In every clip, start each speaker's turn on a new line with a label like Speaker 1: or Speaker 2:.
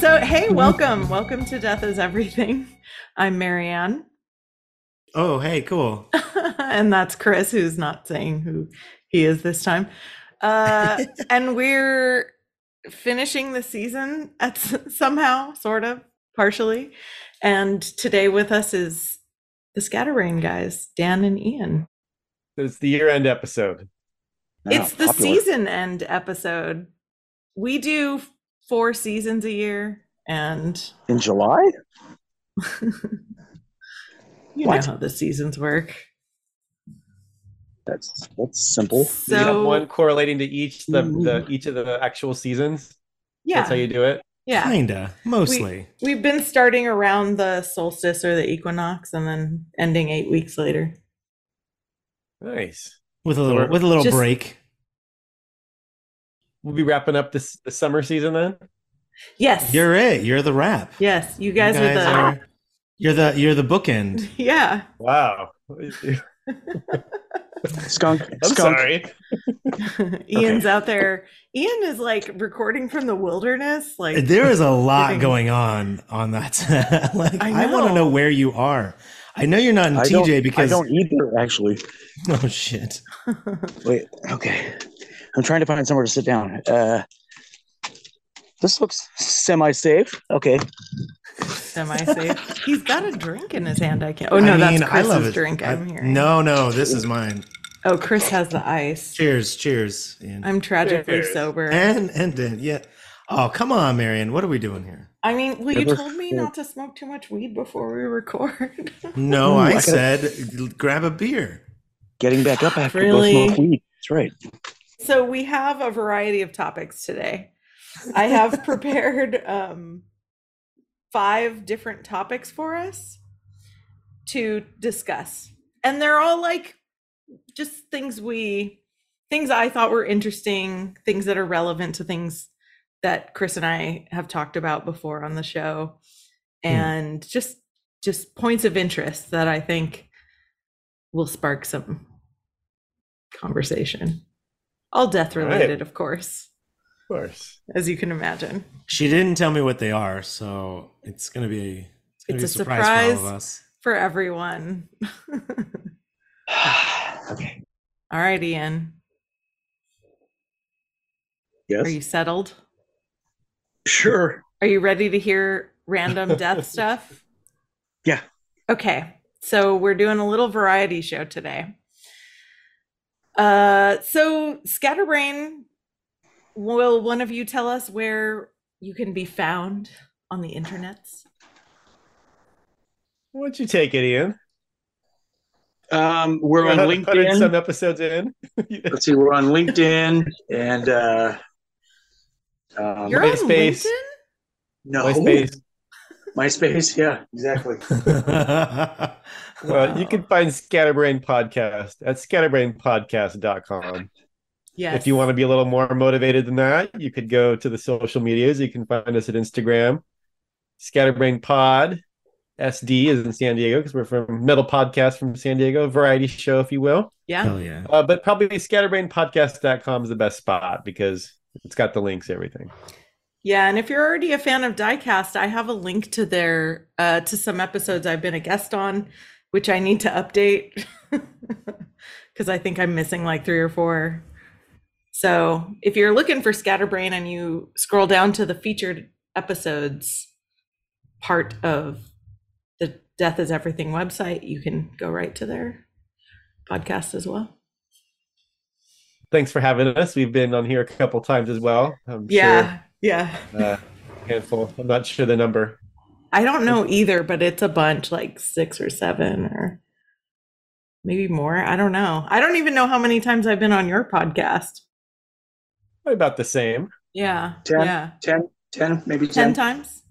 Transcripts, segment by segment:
Speaker 1: So, hey, welcome. Welcome to Death is Everything. I'm Marianne.
Speaker 2: Oh, hey, cool.
Speaker 1: and that's Chris, who's not saying who he is this time. Uh, and we're finishing the season at s- somehow, sort of, partially. And today with us is the Scatterbrain guys, Dan and Ian.
Speaker 3: It's the year end episode.
Speaker 1: it's the season end episode. We do four seasons a year, and
Speaker 4: in July.
Speaker 1: you
Speaker 4: What?
Speaker 1: know how the seasons work.
Speaker 4: That's that's simple.
Speaker 3: So you have one
Speaker 1: So Mm-hmm.
Speaker 3: correlating to each the, the each of the actual seasons. That's how
Speaker 1: yeah,
Speaker 3: you do it.
Speaker 1: yeah.
Speaker 2: Kinda, mostly.
Speaker 1: We've been starting around the solstice or the equinox, and then ending eight weeks later.
Speaker 3: Nice.
Speaker 2: with a little
Speaker 3: we're-
Speaker 2: with a little
Speaker 1: Just-
Speaker 2: break.
Speaker 3: We'll be wrapping up this the summer season then.
Speaker 1: Yes,
Speaker 2: You're it. You're the wrap.
Speaker 1: yes. You guys, are the
Speaker 2: you're the you're the bookend.
Speaker 1: yeah.
Speaker 3: Wow.
Speaker 4: Skunk.
Speaker 3: I'm
Speaker 4: skunk.
Speaker 3: sorry.
Speaker 1: Ian's out there. Ian is like recording from the wilderness. Like
Speaker 2: There is a lot
Speaker 1: Giving-
Speaker 2: going on on that. like
Speaker 1: I
Speaker 2: I, want
Speaker 1: know.
Speaker 2: to know where you are. I know you're not in
Speaker 4: I don't,
Speaker 2: TJ
Speaker 4: I
Speaker 2: because
Speaker 4: don't either. Actually,
Speaker 2: oh shit.
Speaker 4: wait. Okay, I'm trying to find somewhere to sit down. Uh, this looks semi-safe. Okay,
Speaker 1: semi-safe. He's got a drink in his hand. I can't. Oh no,
Speaker 2: I mean,
Speaker 1: that's Chris's
Speaker 2: I love it.
Speaker 1: drink.
Speaker 2: I-
Speaker 1: I'm hearing.
Speaker 2: No, no, this is mine.
Speaker 1: Oh, Chris has the ice.
Speaker 2: Cheers, cheers. Ian.
Speaker 1: I'm tragically
Speaker 3: Cheers.
Speaker 1: sober.
Speaker 2: and and then yeah. Oh come on, Marion. What are we doing here?
Speaker 1: I mean, well, you
Speaker 4: Never-
Speaker 1: told me not to smoke too much weed before we record.
Speaker 2: No,
Speaker 4: Ooh, I
Speaker 2: I,
Speaker 4: gotta-
Speaker 2: said grab a beer.
Speaker 4: getting back up after
Speaker 1: Really?
Speaker 4: both smoke weed. That's right.
Speaker 1: so we have a variety of topics today. I have prepared um, five different topics for us to discuss, and they're all like just things we things I thought were interesting, things that are relevant to things that Chris and I have talked about before on the show
Speaker 2: Hmm.
Speaker 1: and just just points of interest that I think will spark some conversation. All death
Speaker 3: All right.
Speaker 1: related, of course,
Speaker 3: Of course.
Speaker 1: as you can imagine.
Speaker 2: She didn't tell me what they are, so it's gonna be it's, gonna
Speaker 1: It's
Speaker 2: be
Speaker 1: a
Speaker 2: a surprise, for all
Speaker 1: surprise.
Speaker 2: of us.
Speaker 1: For everyone.
Speaker 4: okay.
Speaker 1: All right, Ian. Are
Speaker 4: Yes.
Speaker 1: you settled?
Speaker 4: sure.
Speaker 1: Are you ready to hear random death stuff?
Speaker 4: Yeah.
Speaker 1: Okay. So we're doing a little variety show today. Uh so Scatterbrain, will one of you tell us where you can be found on the internets?
Speaker 3: Why don't you take it, Ian?
Speaker 4: Um, we're on
Speaker 3: 100 Some
Speaker 4: LinkedIn.
Speaker 3: episodes in.
Speaker 4: Let's see. We're on LinkedIn and. uh
Speaker 3: Uh,
Speaker 4: um,
Speaker 1: You're on
Speaker 3: MySpace.
Speaker 1: LinkedIn?
Speaker 4: no,
Speaker 3: MySpace.
Speaker 4: MySpace. Yeah, exactly.
Speaker 3: Well, you can find Scatterbrain Podcast at scatterbrainpodcast.com.
Speaker 1: Yes.
Speaker 3: If you want to be a little more motivated than that, you could go to the social medias. You can find us at Instagram, Scatterbrain Pod, SD is in San Diego because we're from Metal Podcast from San Diego, variety show, if you will.
Speaker 1: Yeah.
Speaker 2: Hell yeah.
Speaker 3: Uh, but probably scatterbrainpodcast.com is the best spot because it's got the links, everything.
Speaker 1: Yeah, and if you're already a fan of Diecast, I have a link to their uh to some episodes I've been a guest on, which I need to update because I think I'm missing like three or four. So if you're looking for Scatterbrain and you scroll down to the featured episodes part of the Death is Everything website, you can go right to their podcast as well.
Speaker 3: Thanks for having us. We've been on here a couple times as well. I'm
Speaker 1: Yeah. Yeah.
Speaker 3: sure. Uh, handful. I'm not sure the number.
Speaker 1: I don't know either, but it's a bunch, like six or seven or maybe more. I don't know. I don't even know how many times I've been on your podcast.
Speaker 3: Probably about the same.
Speaker 1: Yeah.
Speaker 4: Ten.
Speaker 1: Yeah.
Speaker 4: 10, 10, maybe 10,
Speaker 1: Ten times?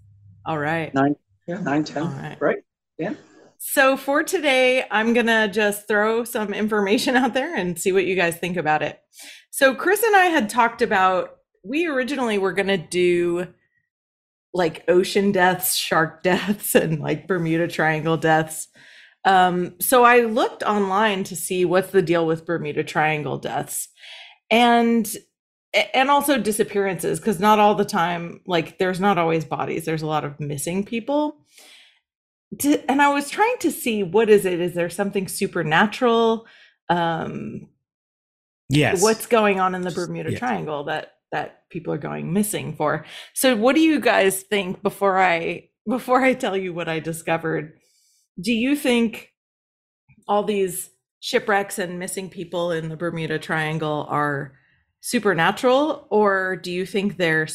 Speaker 1: All right.
Speaker 4: Nine. 9, 10.
Speaker 1: All right.
Speaker 4: Right?
Speaker 1: So for today, I'm going to just throw some information out there and see what you guys think about it. So Chris and I had talked about we originally were going to do like ocean deaths, shark deaths and like Bermuda Triangle deaths. Um, so I looked online to see what's the deal with Bermuda Triangle deaths and and also disappearances because not all the time like there's not always bodies there's a lot of missing people D- and i was trying to see what is it is there something supernatural um
Speaker 2: Yes.
Speaker 1: what's going on in the
Speaker 2: Just-
Speaker 1: bermuda
Speaker 2: yeah.
Speaker 1: triangle that that people are going missing for so what do you guys think before i before i tell you what i discovered do you think all these shipwrecks and missing people in the bermuda triangle are supernatural or do you think they're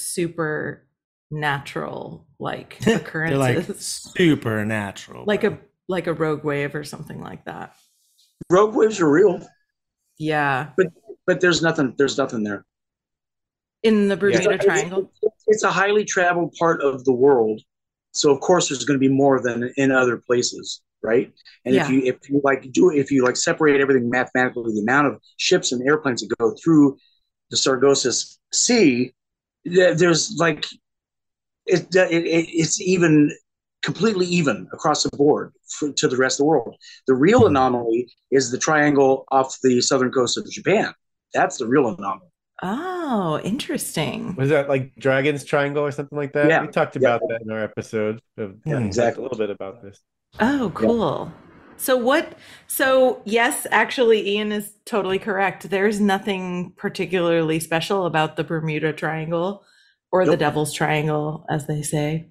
Speaker 1: supernatural like
Speaker 2: they're like
Speaker 1: occurrences
Speaker 2: supernatural.
Speaker 1: like,
Speaker 2: bro.
Speaker 1: a like a rogue wave or something like that
Speaker 4: Rogue waves are real,
Speaker 1: yeah
Speaker 4: but there's nothing. There's nothing there.
Speaker 1: in the
Speaker 3: Yeah.
Speaker 1: bermuda
Speaker 4: It's a-
Speaker 1: triangle
Speaker 4: It's, it's a highly traveled part of the world, so of course there's going to be more than in other places, right? And if
Speaker 1: Yeah.
Speaker 4: you if you like do if you like separate everything mathematically, the amount of ships and airplanes that go through the Sargassus Sea, there- there's like it, it, it it's even completely even across the board for, to the rest of the world. The real anomaly is the triangle off the southern coast of Japan. That's the real anomaly.
Speaker 1: oh interesting
Speaker 3: Was that like Dragon's Triangle or something like that?
Speaker 4: Yeah.
Speaker 3: We talked
Speaker 4: Yeah.
Speaker 3: about that in our episode. Of,
Speaker 2: Yeah,
Speaker 3: we talked
Speaker 4: exactly.
Speaker 3: A little bit about this.
Speaker 1: Oh, cool. So what so yes, actually Ian is totally correct. There's nothing particularly special about the Bermuda Triangle or the
Speaker 4: Nope.
Speaker 1: Devil's Triangle as they say.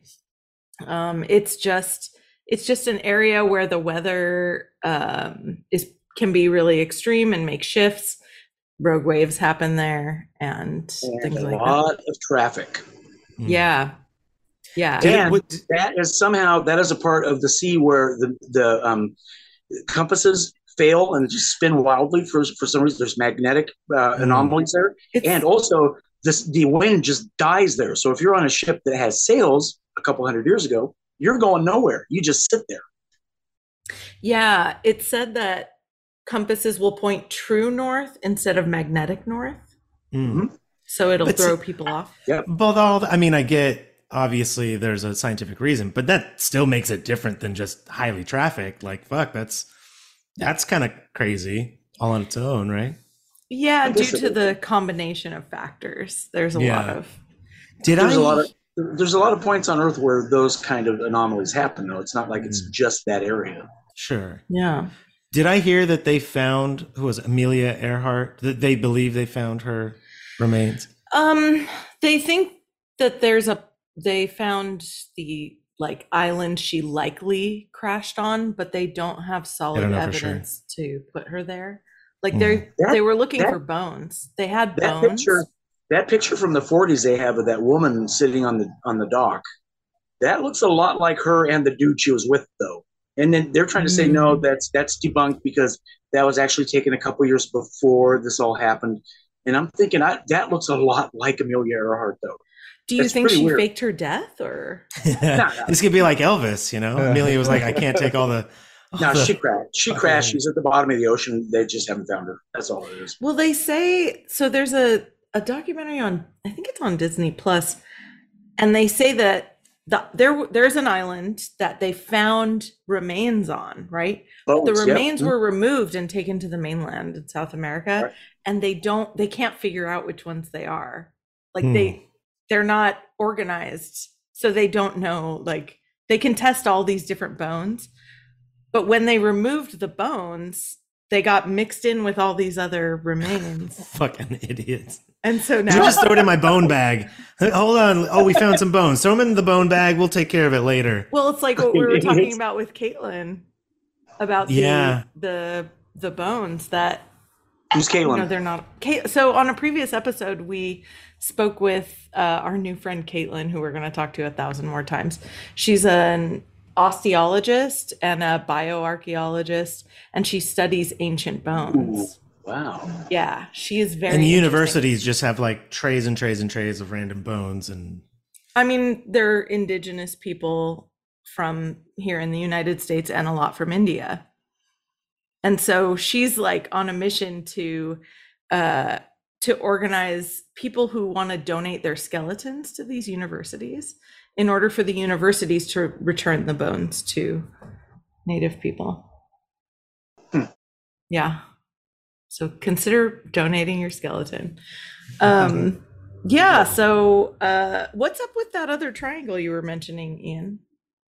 Speaker 1: Um it's just it's just an area where the weather um is can be really extreme and make shifts. Rogue waves happen there and
Speaker 4: And
Speaker 1: things
Speaker 4: a
Speaker 1: like that.
Speaker 4: lot of traffic.
Speaker 2: Mm.
Speaker 1: Yeah. Yeah.
Speaker 2: Did it-
Speaker 4: And-
Speaker 2: what- did-
Speaker 4: That is somehow that is a part of the sea where the the um, compasses fail and just spin wildly for for some reason. There's magnetic uh,
Speaker 1: Hmm.
Speaker 2: Mm.
Speaker 4: anomalies there,
Speaker 1: It's-
Speaker 4: and also this the wind just dies there. So if you're on a ship that has sails a couple hundred years ago, you're going nowhere. You just sit there.
Speaker 1: Yeah, it said that compasses will point true north instead of magnetic north,
Speaker 2: Mm.
Speaker 1: so it'll
Speaker 2: But
Speaker 1: throw people off.
Speaker 2: But all the- I mean, I get obviously there's a scientific reason, but that still makes it different than just highly trafficked. Like fuck, that's that's kind of crazy all on its own, right?
Speaker 1: Yeah,
Speaker 4: I
Speaker 1: due to
Speaker 4: disagree.
Speaker 1: the combination of factors. There's a lot
Speaker 2: Yeah.
Speaker 1: of
Speaker 2: Did
Speaker 4: There's
Speaker 2: I?
Speaker 4: a lot of there's a lot of points on Earth where those kind of anomalies happen. Though it's not like it's
Speaker 2: Mm.
Speaker 1: Hmm.
Speaker 4: just that area.
Speaker 2: sure.
Speaker 1: yeah.
Speaker 2: Did I hear that they found who was it, Amelia Earhart? That they believe they found her remains.
Speaker 1: Um, they think that there's a they found the like island she likely crashed on, but they don't have solid
Speaker 2: know for sure.
Speaker 1: evidence to put her there. Like they
Speaker 4: That-
Speaker 1: they were looking
Speaker 4: that-
Speaker 1: for bones. They had
Speaker 4: That
Speaker 1: bones.
Speaker 4: picture, that picture from the '40s they have of that woman sitting on the on the dock, that looks a lot like her and the dude she was with, though. And then they're trying to say no,
Speaker 1: Mm.
Speaker 4: that's that's debunked because that was actually taken a couple years before this all happened. And I'm thinking I, that looks a lot like Amelia Earhart, though.
Speaker 1: Do you
Speaker 4: it's
Speaker 1: think
Speaker 4: pretty
Speaker 1: she
Speaker 4: weird.
Speaker 1: faked her death or
Speaker 2: this could be like Elvis, you know. Amelia was like, I can't take all the. all
Speaker 4: No,
Speaker 2: the-
Speaker 4: she crashed. She
Speaker 2: Okay.
Speaker 4: crashed. She's at the bottom of the ocean. They just haven't found her. That's all it is.
Speaker 1: Well, they say so. There's a a documentary on I think it's on Disney Plus, and they say that the, there there's an island that they found remains on, right? But the
Speaker 4: Bones, yeah.
Speaker 2: Mm-hmm.
Speaker 1: remains were removed and taken to the mainland in South America,
Speaker 4: Right.
Speaker 1: and they don't they can't figure out which ones they are. Like
Speaker 2: Hmm.
Speaker 1: they they're not organized, so they don't know. Like they can test all these different bones, but when they removed the bones. They got mixed in with all these other remains.
Speaker 2: Fucking idiots.
Speaker 1: And so
Speaker 2: You
Speaker 1: now,
Speaker 2: just throw it in my bone bag. Hold on. Oh, we found some bones. Throw them in the bone bag. We'll take care of it later.
Speaker 1: well, it's like what we were talking
Speaker 4: Idiots.
Speaker 1: about with Caitlin about the
Speaker 2: Yeah.
Speaker 1: the the bones that
Speaker 4: Who's
Speaker 1: you
Speaker 4: Caitlin?
Speaker 1: know they're not. Kate, so on a previous episode, we spoke with uh, our new friend Caitlin, who we're going to talk to a thousand more times. She's an osteologist and a bioarchaeologist, and she studies ancient bones.
Speaker 4: wow.
Speaker 1: Yeah, she is very
Speaker 2: and
Speaker 1: interesting.
Speaker 2: universities just have like trays and trays and trays of random bones and
Speaker 1: I mean, they're indigenous people from here in the United States and a lot from India. And so she's like on a mission to uh to organize people who want to donate their skeletons to these universities in order for the universities to return the bones to native people. Yeah. So consider donating your skeleton. Um, yeah. So uh, what's up with that other triangle you were mentioning, Ian?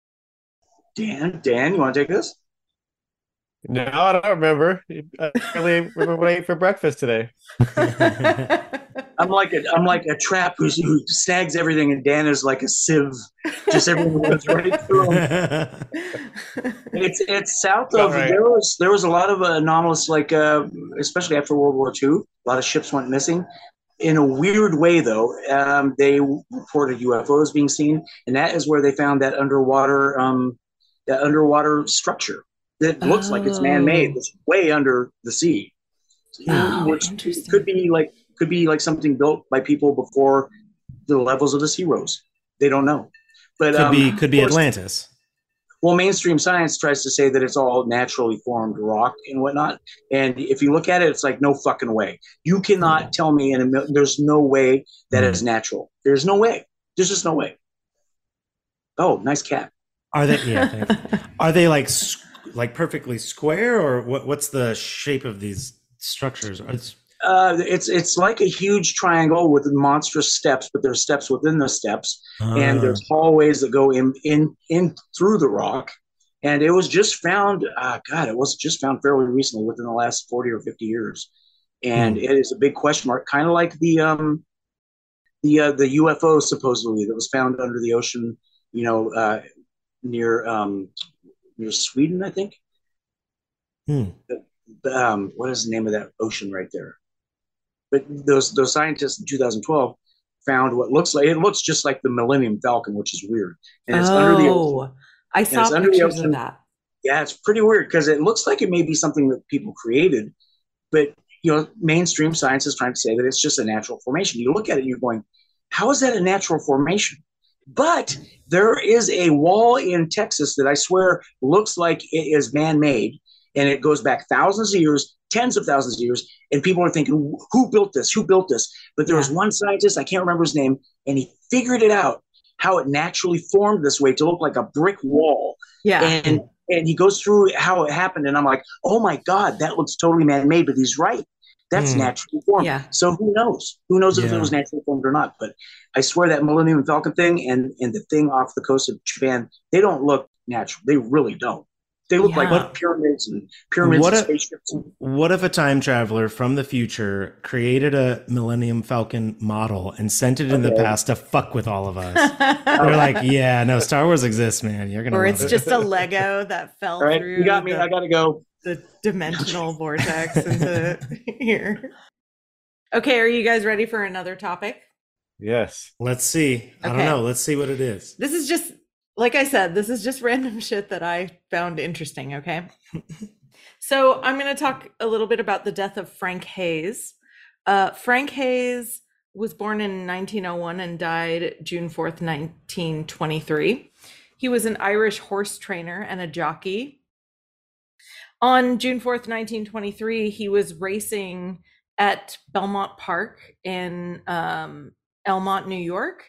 Speaker 4: Dan, Dan, you want to take this?
Speaker 3: No, I don't remember. I barely remember what I ate for breakfast today.
Speaker 4: I'm like a, I'm like a trap who's, who snags everything, and Dan is like a sieve, just everything goes right through him. It's it's south of
Speaker 3: All right.
Speaker 4: there was there was a lot of anomalous like uh, especially after World War II, a lot of ships went missing. In a weird way, though, um, they reported UFOs being seen, and that is where they found that underwater um, that underwater structure that looks like it's
Speaker 1: Oh.
Speaker 4: man-made. It's way under the sea,
Speaker 1: Oh,
Speaker 4: which
Speaker 1: interesting.
Speaker 4: could be like could be like something built by people before the levels of the sea rose. They don't know, but
Speaker 2: could
Speaker 4: um,
Speaker 2: be could be
Speaker 4: of course-
Speaker 2: Atlantis.
Speaker 4: well, mainstream science tries to say that it's all naturally formed rock and whatnot. And if you look at it, it's like no fucking way. You cannot tell me in a mil- there's no way that
Speaker 2: Mm.
Speaker 4: it's natural. There's no way. There's just no way. Oh, nice cat.
Speaker 2: Are they? Yeah. thanks. Are they like s- like perfectly square, or what? What's the shape of these structures? Are it's-
Speaker 4: Uh, it's it's like a huge triangle with monstrous steps, but there's steps within the steps, and
Speaker 2: Ah.
Speaker 4: there's hallways that go in in in through the rock. And it was just found. Uh, God, it was just found fairly recently, within the last forty or fifty years, and it is a big question mark. Kind of like the um, the uh, the UFO supposedly that was found under the ocean, you know, uh, near um, near Sweden, I think.
Speaker 2: Hmm.
Speaker 4: Um, what is the name of that ocean right there? But those those scientists in 2012 found what looks like it looks just like the Millennium Falcon, which is weird, and it's under the ocean.
Speaker 1: oh, I saw
Speaker 4: it's under the
Speaker 1: pictures
Speaker 4: ocean.
Speaker 1: of that.
Speaker 4: Yeah, it's pretty weird because it looks like it may be something that people created, but you know, mainstream science is trying to say that it's just a natural formation. You look at it, you're going, "How is that a natural formation?" But there is a wall in Texas that I swear looks like it is man-made, and it goes back thousands of years, tens of thousands of years, and people are thinking, "Who built this? Who built this?" But there was
Speaker 1: Yeah.
Speaker 4: one scientist I can't remember his name, and he figured it out how it naturally formed this way to look like a brick wall
Speaker 1: Yeah.
Speaker 4: and and he goes through how it happened and i'm like oh my god that looks totally man-made but he's right that's
Speaker 2: Hmm.
Speaker 4: natural form
Speaker 1: yeah.
Speaker 4: so who knows who knows if
Speaker 2: Yeah.
Speaker 4: it was naturally formed or not but i swear that millennium falcon thing and and the thing off the coast of japan they don't look natural they really don't they look
Speaker 1: Yeah.
Speaker 4: like
Speaker 2: What-
Speaker 4: pyramids and pyramids
Speaker 2: What
Speaker 4: and
Speaker 2: a-
Speaker 4: spaceships and,
Speaker 2: What if a time traveler from the future created a Millennium Falcon model and sent it in the
Speaker 4: Okay.
Speaker 2: past to fuck with all of us? They're like, yeah, no, Star Wars exists, man. You're gonna.
Speaker 1: or
Speaker 2: love
Speaker 1: it's
Speaker 2: it.
Speaker 1: just a Lego that fell
Speaker 4: all right
Speaker 1: through
Speaker 4: you got me
Speaker 1: the,
Speaker 4: i gotta go
Speaker 1: the dimensional vortex into here. Okay, are you guys ready for another topic?
Speaker 3: Yes.
Speaker 2: Let's see. I
Speaker 1: Okay.
Speaker 2: don't know. Let's see what it is.
Speaker 1: This is just, like I said, this is just random shit that I found interesting, okay? so I'm going to talk a little bit about the death of Frank Hayes. Uh, Frank Hayes was born in 1901 and died June 4th, 1923. He was an Irish horse trainer and a jockey. On June 4th, 1923, he was racing at Belmont Park in um, Elmont, New York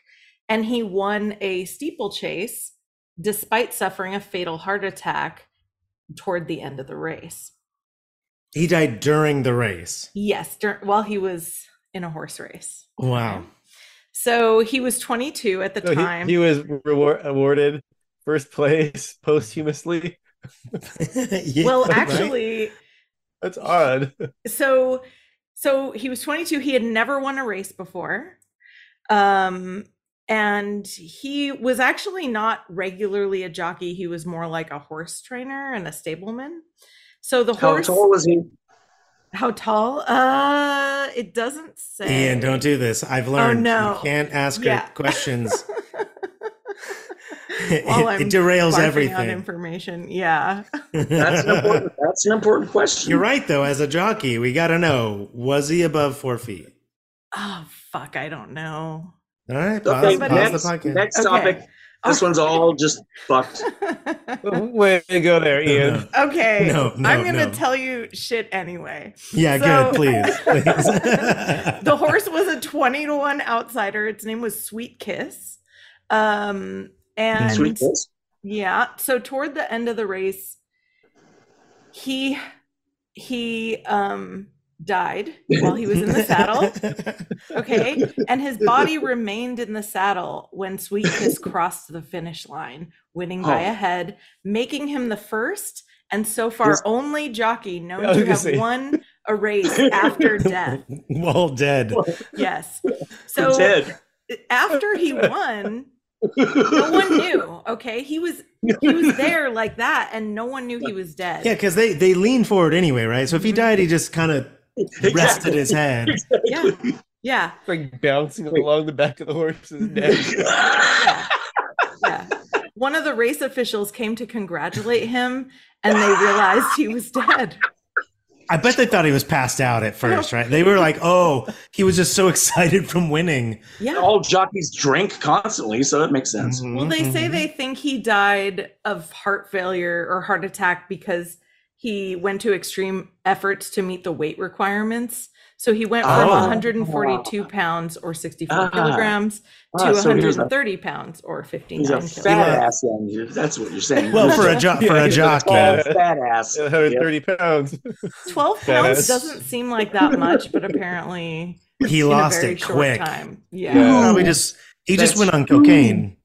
Speaker 1: and he won a steeplechase despite suffering a fatal heart attack toward the end of the race.
Speaker 2: He died during the race.
Speaker 1: Yes, dur- while he was in a horse race.
Speaker 2: Wow.
Speaker 1: So he was 22 at the
Speaker 3: So he-
Speaker 1: time.
Speaker 3: he, was reward, awarded first place posthumously.
Speaker 2: Yeah,
Speaker 1: well,
Speaker 2: right?
Speaker 1: actually,
Speaker 3: That's odd.
Speaker 1: so so he was 22 he had never won a race before um and he was actually not regularly a jockey he was more like a horse trainer and a stableman so the
Speaker 4: how
Speaker 1: horse
Speaker 4: tall was he
Speaker 1: How tall? Uh, it doesn't say.
Speaker 2: Ian, don't do this. I've learned
Speaker 1: Oh, no.
Speaker 2: you can't ask
Speaker 1: Yeah.
Speaker 2: her questions. it,
Speaker 1: While
Speaker 2: it
Speaker 1: I'm barfing
Speaker 2: derails
Speaker 1: out
Speaker 2: everything.
Speaker 1: information. Yeah.
Speaker 4: that's an important that's an important question
Speaker 2: You're right, though. As a jockey, we got to know was he above four feet?
Speaker 1: Oh fuck, I don't know.
Speaker 2: All right, pause,
Speaker 4: okay,
Speaker 2: pause
Speaker 4: next,
Speaker 2: the podcast.
Speaker 4: next
Speaker 1: Okay.
Speaker 4: topic this one's all just fucked
Speaker 3: Way to go there, Ian.
Speaker 2: No,
Speaker 1: okay.
Speaker 2: Oh, no, no,
Speaker 1: I'm gonna
Speaker 2: no.
Speaker 1: tell you shit anyway.
Speaker 2: Yeah,
Speaker 1: So-
Speaker 2: good. Please, please.
Speaker 1: the horse was a 20 to 1 outsider. Its name was Sweet Kiss. Um and
Speaker 4: sweet kiss
Speaker 1: Yeah. So toward the end of the race, he he um, died while he was in the saddle. Okay. And his body remained in the saddle when Sweet Kiss crossed the finish line, winning by
Speaker 4: Oh.
Speaker 1: a head, making him the first and so far
Speaker 4: Yes.
Speaker 1: only jockey known
Speaker 3: I was
Speaker 1: to
Speaker 3: gonna
Speaker 1: have
Speaker 3: say.
Speaker 1: won a race after death.
Speaker 2: well, dead.
Speaker 1: Yes. So uh,
Speaker 4: Dead.
Speaker 1: after he won, no one knew. Okay. He was he was there like that and no one knew he was dead.
Speaker 2: Yeah, because they they lean forward anyway, right? So if he
Speaker 4: Mm-hmm.
Speaker 2: died, he just kind of rested his head.
Speaker 1: Yeah. Yeah.
Speaker 3: like bouncing along the back of the horse's neck.
Speaker 1: yeah. yeah. One of the race officials came to congratulate him and they realized he was dead.
Speaker 2: I bet they thought he was passed out at first, right? They were like, "Oh, he was just so excited from winning."
Speaker 1: Yeah.
Speaker 4: All jockeys drink constantly, so that makes sense.
Speaker 3: Mm-hmm.
Speaker 1: Well, they say
Speaker 4: Mm-hmm.
Speaker 1: they think he died of heart failure or heart attack because he went to extreme efforts to meet the weight requirements. So he went from
Speaker 4: Oh.
Speaker 1: 142 pounds or 64
Speaker 4: Ah.
Speaker 1: kilograms to
Speaker 4: Ah, so he was a-
Speaker 1: 130 pounds or 59
Speaker 4: He's a
Speaker 1: kilograms.
Speaker 4: fat ass. then. You- That's what you're saying.
Speaker 2: Well, for a jo- for
Speaker 3: Yeah,
Speaker 2: a
Speaker 3: he's like,
Speaker 2: jockey,
Speaker 4: Tall,
Speaker 3: Yeah.
Speaker 4: fat ass.
Speaker 3: 130 pounds.
Speaker 1: 12
Speaker 3: Fat
Speaker 1: pounds
Speaker 3: ass.
Speaker 1: doesn't seem like that much, but apparently
Speaker 2: he
Speaker 1: in a
Speaker 2: lost
Speaker 1: very
Speaker 2: it
Speaker 1: short
Speaker 2: quick.
Speaker 1: Time.
Speaker 3: Yeah.
Speaker 1: yeah.
Speaker 2: Probably just he just
Speaker 4: That's-
Speaker 2: went on cocaine.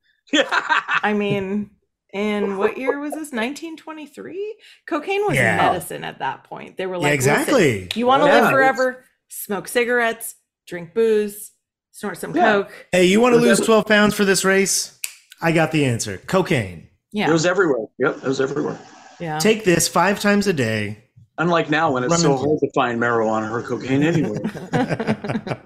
Speaker 1: I mean, in what year was this? 1923? Cocaine was
Speaker 2: Yeah.
Speaker 1: medicine at that point. They were like,
Speaker 2: yeah,
Speaker 1: "Listen,
Speaker 2: exactly.
Speaker 1: you want to
Speaker 4: Yeah.
Speaker 1: live forever? Smoke cigarettes, drink booze, snort some
Speaker 4: Yeah.
Speaker 1: coke.
Speaker 2: Hey, you want to
Speaker 4: It was
Speaker 2: lose
Speaker 4: every-
Speaker 2: twelve pounds for this race? I got the answer: cocaine.
Speaker 4: It
Speaker 1: Yeah.
Speaker 4: was everywhere. Yep, it was everywhere.
Speaker 1: Yeah.
Speaker 2: Take this five times a day.
Speaker 4: Unlike now when it's
Speaker 2: Lemon.
Speaker 4: so hard to find marijuana or cocaine anywhere.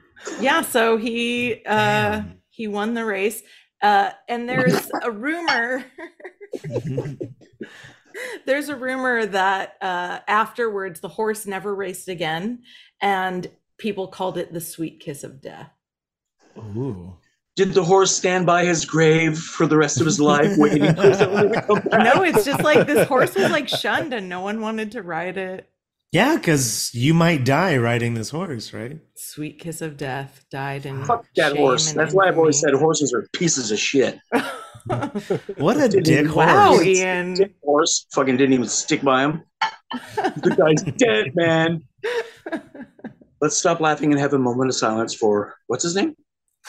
Speaker 1: yeah. So he uh,
Speaker 2: Damn.
Speaker 1: he won the race. Uh, and there's a rumor. there's a rumor that uh, afterwards the horse never raced again, and people called it the sweet kiss of death.
Speaker 2: Ooh.
Speaker 4: Did the horse stand by his grave for the rest of his life, waiting for someone to come back?
Speaker 1: No, it's just like this horse was like shunned, and no one wanted to ride it.
Speaker 2: Yeah, because you might die riding this horse, right?
Speaker 1: Sweet kiss of death died in
Speaker 4: Fuck that
Speaker 1: shame
Speaker 4: horse.
Speaker 1: and
Speaker 4: That's why I've always said
Speaker 1: infamy.
Speaker 4: horses are pieces of shit.
Speaker 2: What a
Speaker 4: Didn't
Speaker 2: dick
Speaker 4: even-
Speaker 1: wow,
Speaker 2: horse.
Speaker 1: Ian.
Speaker 4: Dick horse fucking didn't even stick by him. the guy's dead, man. Let's stop laughing and have a moment of silence for what's his name?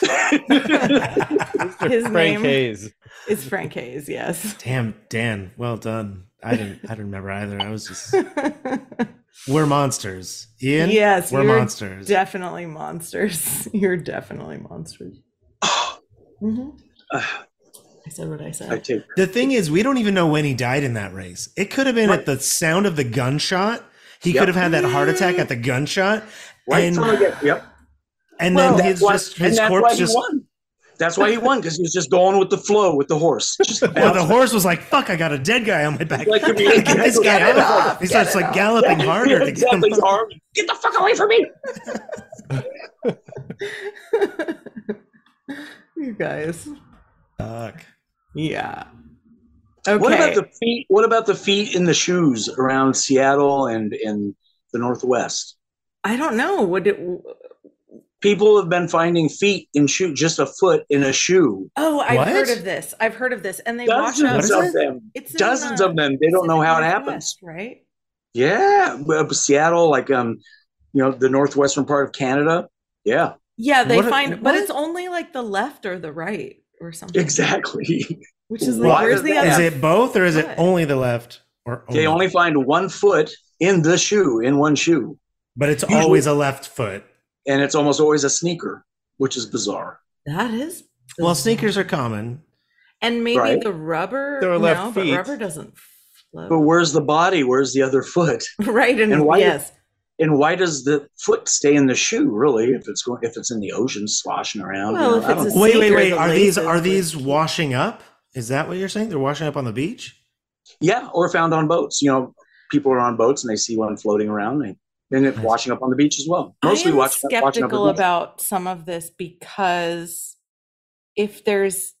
Speaker 1: His
Speaker 3: Frank
Speaker 1: name-
Speaker 3: Hayes.
Speaker 1: Is Frank Hayes? Yes.
Speaker 2: Damn, Dan, well done. I didn't I didn't remember either. I was just We're monsters. Ian?
Speaker 1: yes,
Speaker 2: We're
Speaker 1: you're
Speaker 2: monsters.
Speaker 1: definitely monsters. You're definitely monsters. Mhm.
Speaker 4: Ah,
Speaker 1: I said what I said.
Speaker 4: I take
Speaker 2: the thing is, we don't even know when he died in that race. It could have been at the sound of the gunshot. He
Speaker 4: Yep.
Speaker 2: could have had that heart attack at the gunshot.
Speaker 4: right
Speaker 2: And-
Speaker 4: from the get. Yep.
Speaker 2: And
Speaker 4: Well,
Speaker 2: then
Speaker 4: that's
Speaker 2: his
Speaker 4: why-
Speaker 2: just his
Speaker 4: and that's why
Speaker 2: corpse
Speaker 4: he
Speaker 2: just
Speaker 4: won. That's why he won because he was just going with the flow with the horse. Just
Speaker 2: Well, the horse was like, "Fuck! I got a dead guy on my back.
Speaker 4: Like,
Speaker 2: Get
Speaker 4: if you-
Speaker 2: this
Speaker 4: get
Speaker 2: guy
Speaker 4: it
Speaker 2: out!"
Speaker 4: off,
Speaker 2: He starts like galloping harder to get him.
Speaker 4: exactly, his arm. Get the fuck away from me!
Speaker 1: you guys.
Speaker 2: Fuck.
Speaker 1: Yeah. Okay.
Speaker 4: What about the feet? What about the feet in the shoes around Seattle and in the Northwest?
Speaker 1: I don't know. Would it?
Speaker 4: People have been finding feet in shoe, just a foot in a shoe.
Speaker 1: Oh, I've
Speaker 2: What?
Speaker 1: heard of this. I've heard of this, and they wash up.
Speaker 2: What is
Speaker 4: Dozens
Speaker 2: it?
Speaker 4: of them.
Speaker 1: It's in,
Speaker 4: Dozens
Speaker 1: uh,
Speaker 4: of them. They
Speaker 1: it's
Speaker 4: don't
Speaker 1: in
Speaker 4: know
Speaker 1: the
Speaker 4: how it happens.
Speaker 1: Northwest, right?
Speaker 4: Yeah, but Seattle, like um, you know, the northwestern part of Canada. Yeah,
Speaker 1: Yeah, they
Speaker 2: What a-
Speaker 1: find, but
Speaker 2: what?
Speaker 1: it's only like the left or the right or something.
Speaker 4: exactly.
Speaker 1: Which is like,
Speaker 4: Why
Speaker 1: where's
Speaker 4: does
Speaker 1: the
Speaker 4: that-
Speaker 2: Is
Speaker 1: other?
Speaker 2: it both, or is it
Speaker 1: What?
Speaker 2: only the left? Or
Speaker 4: They only find one foot in the shoe, in one shoe,
Speaker 2: But it's
Speaker 4: Usually-
Speaker 2: always a left foot.
Speaker 4: and it's almost always a sneaker, which is bizarre.
Speaker 1: That is.
Speaker 2: Well, sneakers are common.
Speaker 1: And maybe
Speaker 4: Right.
Speaker 1: the rubber.
Speaker 3: There are left
Speaker 1: no,
Speaker 3: feet.
Speaker 1: but rubber doesn't float.
Speaker 4: But where's the body? Where's the other foot?
Speaker 1: right, and,
Speaker 4: and why-
Speaker 1: yes,
Speaker 4: And why does the foot stay in the shoe? Really, if it's going, if it's in the ocean, sloshing around.
Speaker 1: Well, if
Speaker 4: I
Speaker 1: it's
Speaker 4: don't-
Speaker 1: a
Speaker 2: Wait, wait,
Speaker 1: Sneaker,
Speaker 2: wait.
Speaker 1: the
Speaker 2: Are these
Speaker 1: laces
Speaker 2: are
Speaker 1: would
Speaker 2: these
Speaker 1: keep-
Speaker 2: washing up? Is that what you're saying? They're washing up on the beach?
Speaker 4: yeah, or found on boats. You know, people are on boats and they see one floating around. They and it
Speaker 2: Nice.
Speaker 4: washing up on the beach as well.
Speaker 1: I
Speaker 4: Mostly
Speaker 1: am
Speaker 4: watching, watching up on
Speaker 1: skeptical
Speaker 4: the beach.
Speaker 1: about some of this because if there's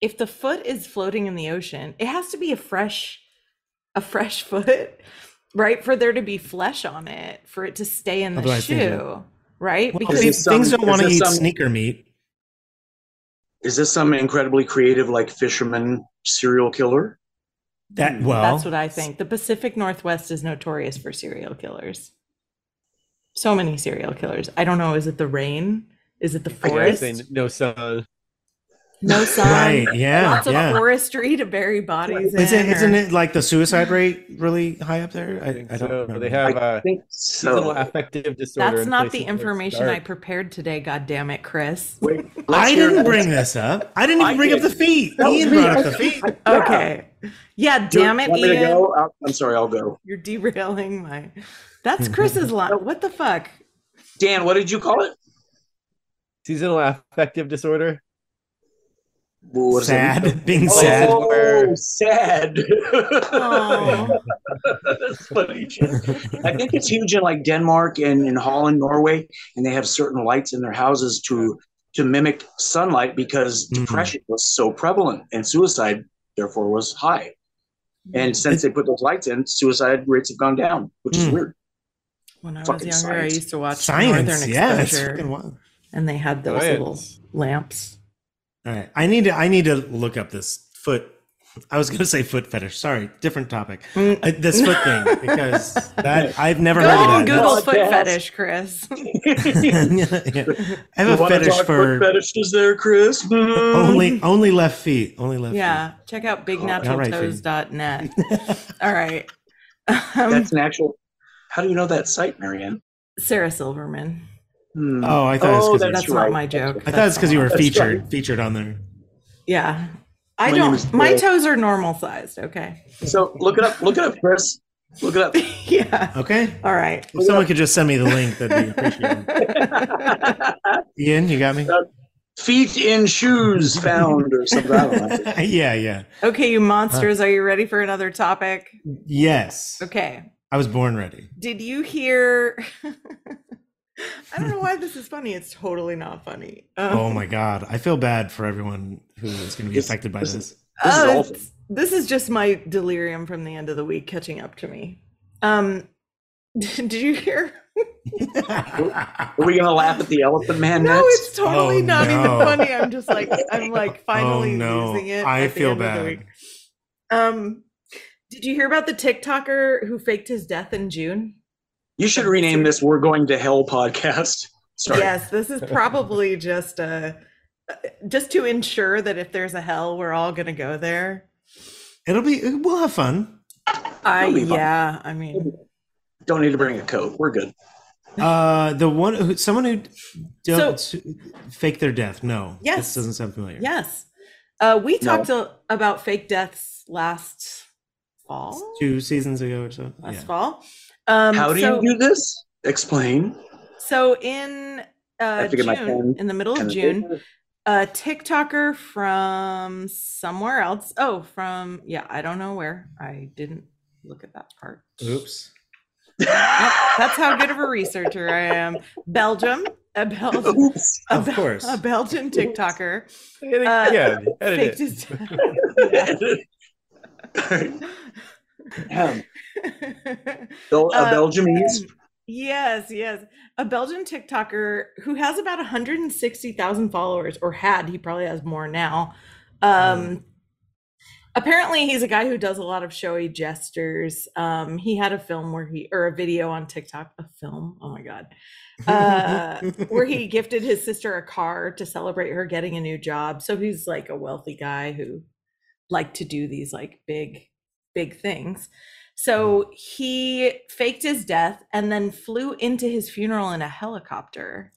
Speaker 1: if the foot is floating in the ocean, it has to be a fresh a fresh foot, right? For there to be flesh on it, for it to stay in the
Speaker 2: Otherwise they don't.
Speaker 1: shoe, right?
Speaker 2: Well,
Speaker 1: Because
Speaker 2: see,
Speaker 4: is some-
Speaker 2: things don't
Speaker 4: is
Speaker 2: want to
Speaker 4: this
Speaker 2: eat
Speaker 4: some-
Speaker 2: sneaker meat.
Speaker 4: Is this some incredibly creative, like fisherman serial killer?
Speaker 2: That well,
Speaker 1: That's what I think. The Pacific Northwest is notorious for serial killers. So many serial killers. I don't know. Is it the rain? Is it the
Speaker 3: Yeah, I
Speaker 1: forest?
Speaker 3: say no sun.
Speaker 1: No sun.
Speaker 2: Right? Yeah,
Speaker 1: Lots
Speaker 2: yeah.
Speaker 1: of forestry to bury bodies
Speaker 2: Is
Speaker 1: in.
Speaker 2: it, isn't
Speaker 1: or-
Speaker 2: it like the suicide rate really high up there? I, I,
Speaker 3: think
Speaker 2: don't
Speaker 3: so.
Speaker 2: remember.
Speaker 3: They have
Speaker 4: I
Speaker 3: uh,
Speaker 4: think
Speaker 3: seasonal
Speaker 4: so.
Speaker 3: affective disorder.
Speaker 1: That's
Speaker 3: in
Speaker 1: not the
Speaker 3: places where it's
Speaker 1: information I
Speaker 3: dark.
Speaker 1: prepared today. God damn it, Chris.
Speaker 4: Wait, let's
Speaker 2: I
Speaker 4: hear
Speaker 2: didn't
Speaker 4: it.
Speaker 2: bring this up. I didn't
Speaker 3: I
Speaker 2: even bring up
Speaker 3: did.
Speaker 2: the feet.
Speaker 4: No,
Speaker 2: Ian
Speaker 4: me,
Speaker 2: brought
Speaker 4: I-
Speaker 2: up the feet.
Speaker 4: Yeah.
Speaker 1: Okay. Yeah,
Speaker 4: Do you
Speaker 1: damn it,
Speaker 4: want me to
Speaker 1: Ian.
Speaker 4: go? I'll- I'm sorry, I'll go.
Speaker 1: You're derailing my. That's Chris's line. What the fuck?
Speaker 4: Dan, what did you call it?
Speaker 3: seasonal affective disorder.
Speaker 4: Well, what is it?
Speaker 2: sad, being
Speaker 3: Oh.
Speaker 2: sad.
Speaker 4: Oh,
Speaker 3: Where-
Speaker 4: sad.
Speaker 1: Oh,
Speaker 4: That's funny. I think it's huge in like Denmark and in Holland, Norway, and they have certain lights in their houses to to mimic sunlight because
Speaker 2: Mhm.
Speaker 4: depression was so prevalent and suicide therefore was high. And since they put those lights in, suicide rates have gone down, which is
Speaker 2: Mm.
Speaker 4: weird.
Speaker 1: when I was
Speaker 4: Fucking
Speaker 1: younger,
Speaker 4: science.
Speaker 1: I used to watch
Speaker 2: Science,
Speaker 1: Northern
Speaker 2: yeah, it's
Speaker 1: Exposure,
Speaker 2: freaking wild.
Speaker 1: and they had those little
Speaker 3: Science.
Speaker 1: lamps.
Speaker 2: All right, I need to. I need to look up this foot. I was going to say foot fetish. Sorry, different topic.
Speaker 1: Mm.
Speaker 2: Uh, this foot thing because that I've never
Speaker 1: Go
Speaker 2: heard
Speaker 1: ahead and
Speaker 2: of
Speaker 1: Google
Speaker 2: that.
Speaker 1: foot
Speaker 4: Podcast.
Speaker 1: fetish, Chris.
Speaker 2: That's- Yeah. I have a
Speaker 4: wanna
Speaker 2: fetish
Speaker 4: talk
Speaker 2: for Um,
Speaker 4: foot fetishes there, Chris?
Speaker 2: only only left feet. Only left.
Speaker 1: Yeah, check out
Speaker 2: Oh,
Speaker 1: bignaturaltoes.net.
Speaker 2: Feet.
Speaker 1: All right. Um,
Speaker 4: That's an actual. How do you know that site, Marianne?
Speaker 1: Sarah Silverman.
Speaker 4: Hmm.
Speaker 2: oh, I thought it was
Speaker 4: Oh,
Speaker 2: because.
Speaker 4: That's
Speaker 1: That's,
Speaker 4: right.
Speaker 1: not my joke.
Speaker 2: I thought it's because you were
Speaker 1: not-
Speaker 4: That's
Speaker 2: featured featured on there.
Speaker 1: Yeah. I
Speaker 4: My name is
Speaker 1: don't. My
Speaker 4: Bill.
Speaker 1: toes are normal sized. Okay.
Speaker 4: So look it up. Look it up, Chris. Look it up.
Speaker 1: yeah.
Speaker 2: Okay.
Speaker 1: All right.
Speaker 2: If someone could just send me the link, that'd be appreciated. Ian, you got me.
Speaker 4: Feet in shoes found or something. I don't know.
Speaker 2: yeah, yeah.
Speaker 1: okay, you monsters. Are you ready for another topic?
Speaker 2: Yes.
Speaker 1: Okay.
Speaker 2: I was born ready.
Speaker 1: Did you hear? I don't know why this is funny. It's totally not funny. Um,
Speaker 2: Oh my god. I feel bad for everyone who is going to be
Speaker 4: This-
Speaker 2: affected by
Speaker 4: this
Speaker 2: this.
Speaker 4: This is
Speaker 1: oh,
Speaker 4: awful.
Speaker 1: it's- this is just my delirium from the end of the week catching up to me. Um, did you hear?
Speaker 4: Are we gonna laugh at the elephant man
Speaker 1: No,
Speaker 4: next?
Speaker 1: it's totally
Speaker 2: Oh,
Speaker 1: not
Speaker 2: no.
Speaker 1: even funny. I'm just like, I'm like finally
Speaker 2: oh no.
Speaker 1: losing it.
Speaker 2: I
Speaker 1: at the
Speaker 2: feel
Speaker 1: end of the
Speaker 2: bad.
Speaker 1: week. Um, did you hear about the TikToker who faked his death in June?
Speaker 4: You should rename this "We're Going to Hell" podcast. Sorry.
Speaker 1: Yes, this is probably just uh just to ensure that if there's a hell, we're all gonna go there.
Speaker 2: It'll be we'll have fun.
Speaker 1: I
Speaker 4: It'll be fun.
Speaker 1: Uh, yeah, I mean,
Speaker 4: Don't need to bring a coat. We're good.
Speaker 2: Uh the one who someone who don't
Speaker 1: So-
Speaker 2: fake their death. No.
Speaker 1: Yes.
Speaker 2: This doesn't sound familiar.
Speaker 1: yes. Uh, we
Speaker 4: No.
Speaker 1: talked a- about fake deaths last fall.
Speaker 2: Two seasons ago or so.
Speaker 1: Last
Speaker 2: Yeah.
Speaker 1: fall. Um,
Speaker 4: How do
Speaker 1: so-
Speaker 4: you do this? Explain.
Speaker 1: So in uh,
Speaker 4: have to get my
Speaker 1: June,
Speaker 4: phone
Speaker 1: in the middle of Oh, June, a TikToker from somewhere else. Oh, from yeah, I don't know where. I didn't look at that part.
Speaker 2: Oops.
Speaker 1: Yep, that's how good of a researcher I am. Belgium, a Belgian,
Speaker 4: Oops.
Speaker 1: a,
Speaker 2: Of
Speaker 1: Bel-
Speaker 2: course.
Speaker 1: a Belgian TikToker
Speaker 3: Edit-
Speaker 1: Uh,
Speaker 3: yeah,
Speaker 1: faked
Speaker 3: edit it.
Speaker 1: his death.
Speaker 2: Um,
Speaker 4: Ahem.
Speaker 1: Yeah.
Speaker 4: Bel- a
Speaker 1: Uh,
Speaker 4: Belgiumese.
Speaker 1: Yes, yes. A Belgian TikToker who has about 160,000 followers, or had, he probably has more now.
Speaker 2: Mm.
Speaker 1: Um, apparently, he's a guy who does a lot of showy gestures. Um, he had a film where he, or a video on TikTok, a film, oh my God, uh,
Speaker 2: Um,
Speaker 1: where he gifted his sister a car to celebrate her getting a new job. So he's like a wealthy guy who liked to do these like big, big things. So he faked his death and then flew into his funeral in a helicopter,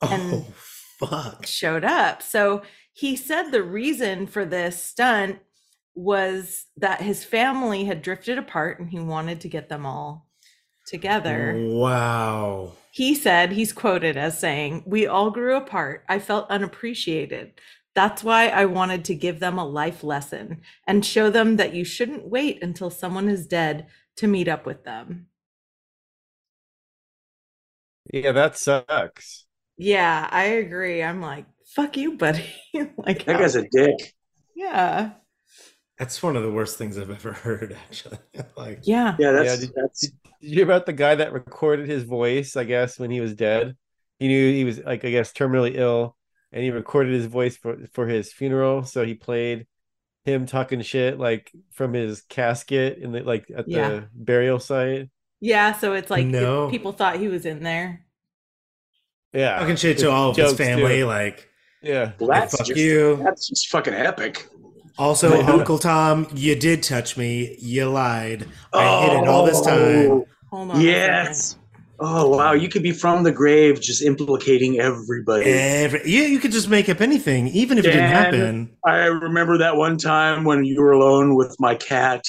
Speaker 2: Oh fuck.
Speaker 1: showed up. So he said the reason for this stunt was that his family had drifted apart and he wanted to get them all together.
Speaker 2: Wow.
Speaker 1: He said, he's quoted as saying, We all grew apart. I felt unappreciated. That's why I wanted to give them a life lesson and show them that you shouldn't wait until someone is dead to meet up with them.
Speaker 3: Yeah, that sucks.
Speaker 1: Yeah, I agree. I'm like, fuck you, buddy. like,
Speaker 4: That guy's a dick.
Speaker 1: yeah,
Speaker 2: That's one of the worst things I've ever heard, actually. like
Speaker 1: yeah.
Speaker 4: Yeah, that's
Speaker 3: Yeah, did-
Speaker 4: that's
Speaker 3: Did you hear about the guy that recorded his voice? I guess when he was dead, he knew he was like I guess terminally ill, and he recorded his voice for for his funeral. So he played him talking shit like from his casket in the like at
Speaker 1: Yeah.
Speaker 3: the burial site.
Speaker 1: Yeah, so it's like if
Speaker 2: No.
Speaker 1: people thought he was in there.
Speaker 3: Yeah,
Speaker 2: Talking shit to all of his
Speaker 3: Jokes,
Speaker 2: family,
Speaker 3: too.
Speaker 2: like
Speaker 3: Yeah,
Speaker 4: Well, that's
Speaker 2: fuck
Speaker 4: just,
Speaker 2: you.
Speaker 4: That's just fucking epic.
Speaker 2: Also, Uncle Tom, you did touch me. You lied. I hid it all this time.
Speaker 4: Oh,
Speaker 1: Hold on. a second.
Speaker 4: Yes. Oh wow, you could be from the grave, just implicating everybody.
Speaker 2: Every, yeah, you could just make up anything, even if it didn't
Speaker 4: Dan.
Speaker 2: happen.
Speaker 4: I remember that one time when you were alone with my cat,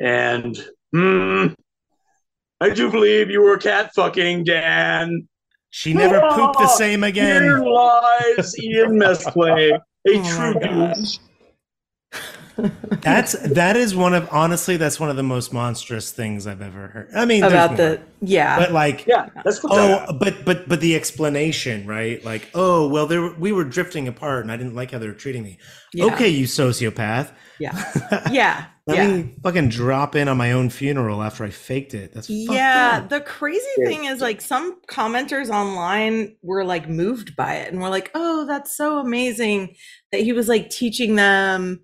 Speaker 4: and hmm, I do believe you were cat fucking Dan.
Speaker 2: She never pooped the same
Speaker 4: Here
Speaker 2: again. Oh
Speaker 4: lies Ian Mesplay, a
Speaker 1: my
Speaker 4: true
Speaker 1: God.
Speaker 4: douche.
Speaker 2: That's that is one of honestly, that's one of the most monstrous things I've ever heard. I mean, there's
Speaker 1: About
Speaker 2: more,
Speaker 1: the yeah.
Speaker 2: but like
Speaker 4: Yeah, that's what. that-
Speaker 2: oh, but but but the explanation, right? Like oh, well, there were- we were drifting apart, and I didn't like how they were treating me.
Speaker 1: yeah,
Speaker 2: Okay, you sociopath.
Speaker 1: Yeah. Yeah.
Speaker 2: Let
Speaker 1: yeah.
Speaker 2: me fucking drop in on my own funeral after I faked it. That's fucked
Speaker 1: Yeah,
Speaker 2: up.
Speaker 1: the crazy
Speaker 4: Yeah.
Speaker 1: thing is like some commenters online were like moved by it and were like, "Oh, that's so amazing that he was like teaching them